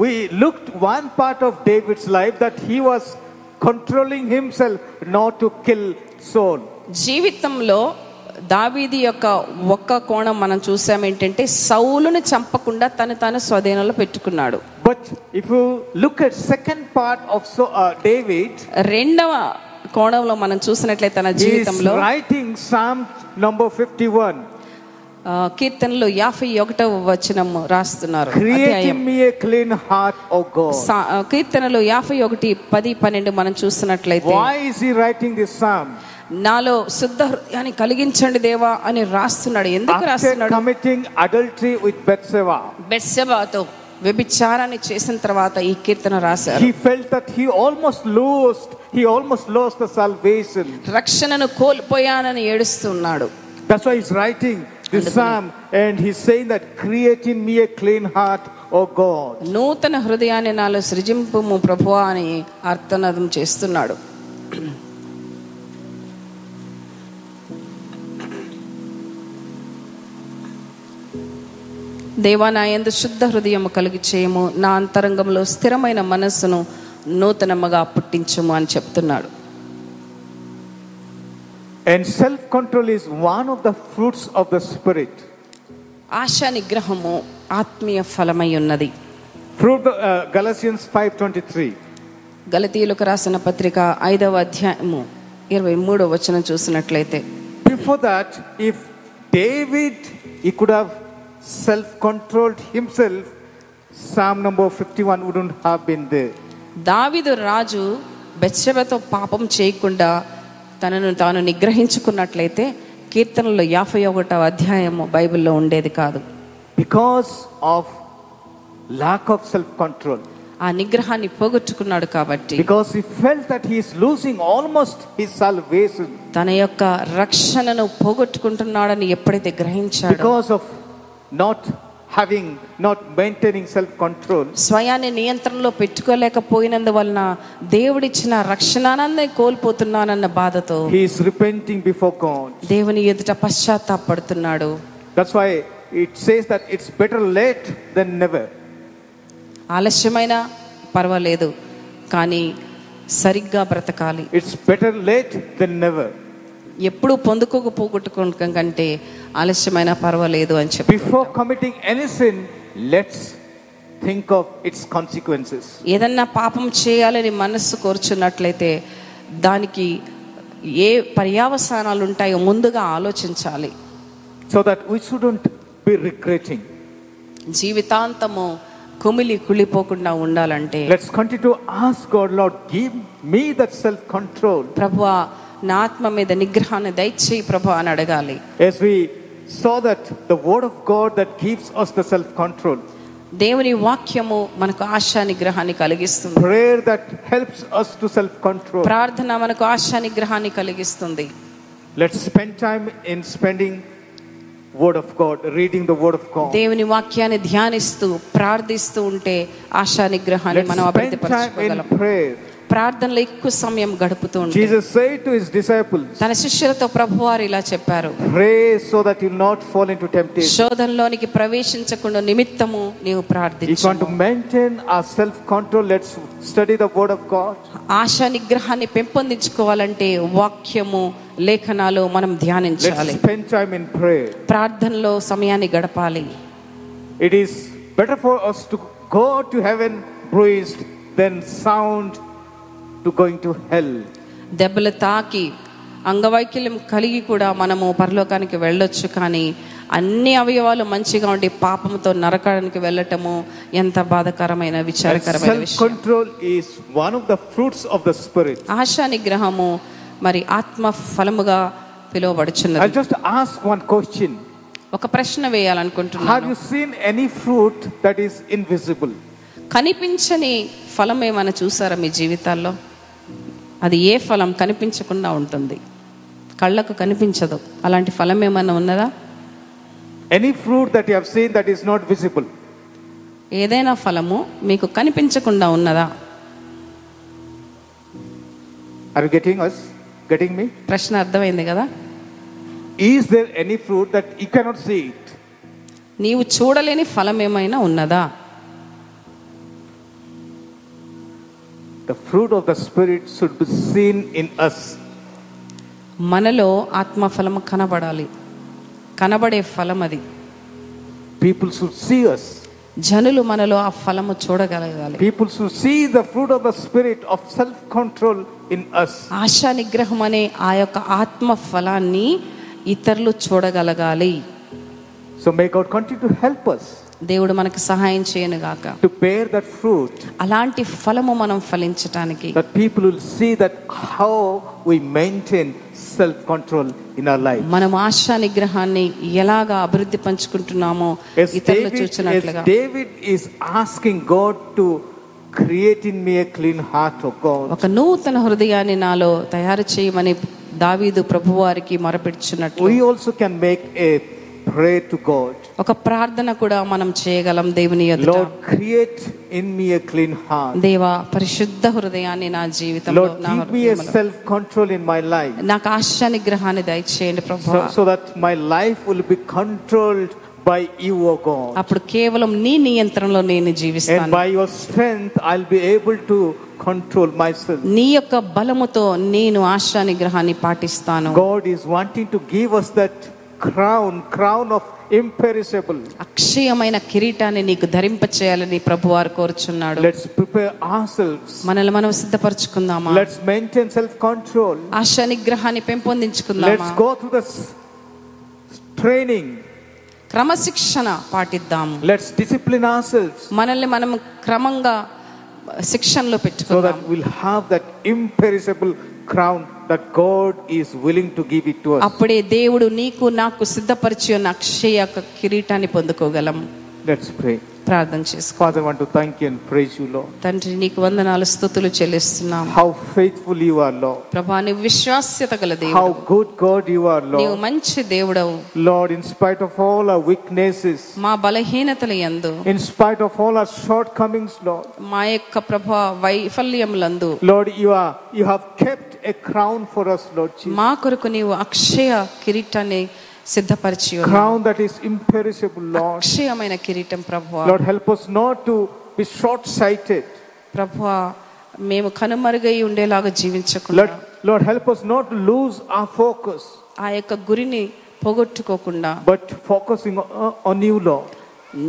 S1: we looked one part of David's life that he was controlling himself not to kill Saul.
S2: జీవితంలో దావీది యొక్క ఒక్క కోణం మనం చూసాం ఏంటంటే సౌలును చంపకుండా తను తాను స్వాధీనంలో పెట్టుకున్నాడు
S1: But if you look at second part of so, uh, David,
S2: రెండవ కోణంలో మనం చూసినట్లయితే తన
S1: he is
S2: జీవితంలో
S1: writing Psalm number 51.
S2: ఆ, కీర్తనలు యాభై ఒకటవ వచనము రాస్తున్నారు
S1: Create
S2: అధ్యాయం.
S1: in me a clean heart, O God.
S2: సా- ఆ, కీర్తనలు యాభై ఒకటి పది పన్నెండు మనం చూసినట్లయితే
S1: Why is he writing this psalm?
S2: నాలో శుద్ధ హృదయాన్ని కలిగించండి దేవా అని రాస్తున్నాడు ఎందుకు
S1: After
S2: రాస్తున్నాడు
S1: committing adultery with Bathsheba,
S2: బెస్సెబాతో వ్యభిచారాన్ని చేసిన తర్వాత ఈ కీర్తన రాశారు
S1: he felt that he almost lost, he almost lost the salvation.
S2: రక్షణను కోల్పోయానని ఏడుస్తున్నాడు
S1: That's why he's writing this
S2: Understand.
S1: psalm and he's saying that create in me a clean heart, O God.
S2: నూతన హృదయాన్ని నాలో సృజింపుము ప్రభువా అని అర్థనదం చేస్తున్నాడు దేవా నా యందు శుద్ధ హృదయము కలిగి చేయము నా అంతరంగంలో స్థిరమైన మనస్సును నూతనముగా పుట్టించుము అని చెప్తున్నాడు
S1: And self control is one of the fruits of the Spirit.
S2: ASHA నిగ్రహము ఆత్మీయ ఫలమై ఉన్నది
S1: Fruit, uh, Galatians 5.23.
S2: గలతీయులకు రాసిన పత్రిక ఐదవ అధ్యాయము ఇరవై మూడవ వచనం చూసినట్లయితే
S1: Before that, if David, he could have self-controlled himself, Psalm number 51 wouldn't have been there.
S2: దావిదు రాజు బెత్సెబతో పాపం చేయకుండా తనను తాను నిగ్రహించుకున్నట్లయితే కీర్తనలో యాభై ఒకటవ అధ్యాయము బైబిల్లో ఉండేది కాదు
S1: Because of lack of self-control.
S2: ఆ నిగ్రహాన్ని పోగొట్టుకున్నాడు కాబట్టి
S1: Because he felt that he is losing almost his salvation.
S2: తన యొక్క రక్షణను పోగొట్టుకుంటున్నాడని ఎప్పుడైతే గ్రహించాడో
S1: Because of not having, not maintaining self-control.
S2: స్వయాన్ని నియంత్రణలో పెట్టుకోలేకపోయినందువలన దేవుడిచ్చిన రక్షణానందే కోల్పోతున్నానన్న బాధతో
S1: He is repenting before God.
S2: దేవుని ఎదుట పశ్చాత్తాపడుతున్నాడు
S1: That's why it says that it's better late than never.
S2: ఆలస్యమైనా పర్వాలేదు కానీ సరిగ్గా బ్రతకాలి
S1: It's better late than never.
S2: ఎప్పుడు పొందుకోకపోగొట్టుకోవడం కంటే ఆలస్యమైనా పర్వాలేదు అని చెప్పి
S1: Before committing any sin, let's think of its consequences.
S2: ఏదన్నా పాపం చేయాలని మనస్సు కోర్చున్నట్లయితే దానికి ఏ పర్యావసానాలు ఉంటాయో ముందుగా ఆలోచించాలి
S1: So that we shouldn't be regretting.
S2: జీవితాంతము కుమిలి కుళ్ళిపోకుండా ఉండాలంటే
S1: Let's continue to ask God, Lord, give me that self control.
S2: ప్రభువా నా ఆత్మ మీద నిగ్రహాన్ని దయచేయి ప్రభు అని అడగాలి
S1: As we saw that the word of God that gives us the self control,
S2: దేవుని వాక్యము మనకు ఆశా నిగ్రహాన్ని కలిగిస్తుంది
S1: prayer that helps us to self control.
S2: ప్రార్థన మనకు ఆశా నిగ్రహాన్ని కలిగిస్తుంది
S1: Let's spend time in spending word of God, reading the word of God.
S2: దేవుని వాక్యాన్ని ధ్యానిస్తూ ప్రార్థిస్తూ ఉంటే ఆశా నిగ్రహాన్ని
S1: Let's
S2: మనం
S1: spend time in
S2: అభివృద్ధిపరచుకోగలం
S1: prayer.
S2: ప్రార్థనలో ఎక్కువ సమయం గడుపుతూ ఉంటే
S1: Jesus said to his disciples,
S2: తన శిష్యులతో ప్రభువారు ఇలా చెప్పారు
S1: Pray so that you will not fall into temptation.
S2: శోధంలోనికి ప్రవేశించకుండా నిమిత్తము నీవు
S1: If you want to
S2: ప్రార్థించు
S1: maintain our self control, let's study the word of God.
S2: ASHA నిగ్రహాన్ని పెంపొందించుకోవాలంటే వాక్యము లేఖనాలు మనం
S1: Let's
S2: ధ్యానించాలి
S1: spend time in prayer.
S2: ప్రార్థనలో సమయాన్ని గడపాలి
S1: It is better for us to go to heaven bruised than sound to going to hell.
S2: దెబ్బలు తాకి అంగవైకల్యం కలిగి కూడా మనము పరలోకానికి వెళ్ళొచ్చు కానీ అన్ని అవయవాలు మంచిగా ఉండి పాపంతో నరకానికి వెళ్ళటము ఎంత బాధకరమైన విచారకరమైన
S1: Self
S2: విషయం
S1: control is one of the fruits of the Spirit.
S2: ASHA నిగ్రహము మరి ఆత్మ ఫలముగా
S1: I'll
S2: పిలువబడుచున్నది
S1: just ask one question
S2: ఒక ప్రశ్న
S1: Have
S2: వేయాలనుకుంటున్నాను
S1: you seen any fruit that is invisible?
S2: కనిపించని ఫలం ఏమైనా చూసారా మీ జీవితాల్లో అది ఏ ఫలం కనిపించకుండా ఉంటుంది కళ్ళకు కనిపించదు అలాంటి ఫలం ఏమైనా ఉన్నదా
S1: Any fruit that you have seen that is not visible?
S2: ఏదైనా ఫలము మీకు కనిపించకుండా ఉన్నదా
S1: Are you getting us? Getting me?
S2: ప్రశ్న అర్థమైంది కదా
S1: Is there any fruit that you cannot see it?
S2: నీవు చూడలేని ఫలం ఏమైనా ఉన్నదా
S1: The fruit of the Spirit should be seen in us.
S2: మనలో ఆత్మఫలము కనబడాలి కనబడే ఫలం అది
S1: People should see us.
S2: జనులు మనలో ఆ ఫలము చూడగలగాలి
S1: People should see the fruit of the Spirit of self control in us.
S2: ASHA నిగ్రహం అనే ఆ యొక్క ఆత్మ ఫలాన్ని ఇతరులు చూడగలగాలి
S1: So may God continue to help us
S2: దేవుడు మనకు సహాయం చేయను గాక
S1: to bear that fruit
S2: అలాంటి ఫలము మనం ఫలించటానికి
S1: that people will see that how we maintain self control in our life.
S2: మనం ఆశా నిగ్రహాన్ని ఎలాగా అభివృద్ధి పంచుకుంటున్నామో
S1: As
S2: ఇతరులు
S1: David,
S2: చూచినట్లుగా
S1: as David is asking God to create in me a clean heart, O God.
S2: ఒక నూతన హృదయాన్ని నాలో తయారు చేయమని దావీదు ప్రభువారికి మొరపెడుచున్నట్లు
S1: We also can make a prayer to God.
S2: ఒక ప్రార్థన కూడా మనం చేయగలం దేవుని ఎదుట
S1: Lord, create in me a clean heart.
S2: దేవా పరిశుద్ధ హృదయాన్ని నా జీవితంలో
S1: Lord,
S2: నా
S1: give me a
S2: హృదయంలో.
S1: self control in my life
S2: నాకు ఆశా నిగ్రహాన్ని దయచేయండి ప్రభు
S1: so, so that my life will be controlled by you, O God.
S2: అప్పుడు కేవలం నీ నియంత్రణలో నేను
S1: And
S2: జీవిస్తాను
S1: by your strength, I'll be able to control myself.
S2: నీ యొక్క బలముతో నేను ఆశా నిగ్రహాన్ని పాటిస్తాను
S1: God is wanting to give us that crown, crown of imperishable.
S2: అక్షయమైన కిరీటాన్ని నీకు ధరింప చేయాలని ప్రభువారు కోరుచున్నాడు
S1: Let's prepare ourselves.
S2: మనల్ని మనం సిద్ధపరచుకుందామా
S1: Let's maintain self control.
S2: ASHA నిగ్రహాన్ని పెంపొందించుకుందామా
S1: Let's go through the s- training.
S2: క్రమశిక్షణ పాటిద్దాము
S1: Let's discipline ourselves
S2: మనల్ని మనం క్రమంగా శిక్షణలో
S1: so that
S2: పెట్టుకుందాం
S1: we'll have that imperishable crown that God is willing to give it to us.
S2: అప్పుడే దేవుడు నీకు నాకు సిద్ధపరిచి ఉన్న అక్షయ యొక్క కిరీటాన్ని పొందుకోగలం
S1: Let's pray.
S2: ప్రార్థన చేసుకో
S1: Father, I want to thank you and praise you, Lord.
S2: తండ్రి నీకు వందనాలు స్థుతులు చెల్లిస్తున్నాం
S1: How faithful you are, Lord.
S2: ప్రభా నీవు విశ్వాస్యత గల
S1: How
S2: దేవుడు
S1: good God you are,
S2: నీవు
S1: Lord.
S2: మంచి దేవుడవు
S1: Lord, in spite of all our weaknesses,
S2: మా బలహీనతల యందు
S1: in spite of all our shortcomings, Lord,
S2: మా యొక్క ప్రభా వైఫల్యములందు
S1: Lord, you are you have kept a crown for us, Lord Jesus.
S2: మా కొరకు నీవు అక్షయ కిరీటాన్ని సిద్ధపరిచి ఉన్నావు.
S1: Crown that is imperishable, Lord.
S2: అక్షయమైన కిరీటం ప్రభా
S1: Lord, help us not to be short sighted.
S2: ప్రభువా మేము కనుమరుగై ఉండేలాగా జీవించకుండా
S1: Lord, Lord, help us not to lose our focus,
S2: ఆ యొక్క గురిని పోగొట్టుకోకుండా
S1: but focusing o- on you, Lord.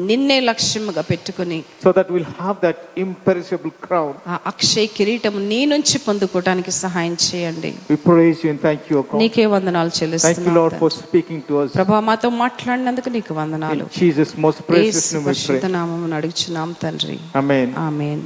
S2: నిన్నే లక్ష్యముగా పెట్టుకుని
S1: so that we'll have that imperishable crown.
S2: ఆ అక్షయ కిరీటం నీ నుంచి పొందుకోవటానికి సహాయం చేయండి
S1: We praise you and thank you, O God.
S2: నీకే వందనాలు
S1: Oh. Thank you, Lord, for
S2: చెల్లిస్తున్నాను
S1: speaking to us.
S2: ప్రభా మాతో మాట్లాడినందుకు నీకు వందనాలు
S1: In Jesus' most precious
S2: Yesu
S1: name we
S2: పరిశుద్ధ
S1: pray.
S2: నామమున అడుగుచున్నాం తండ్రి
S1: Amen.
S2: ఆమేన్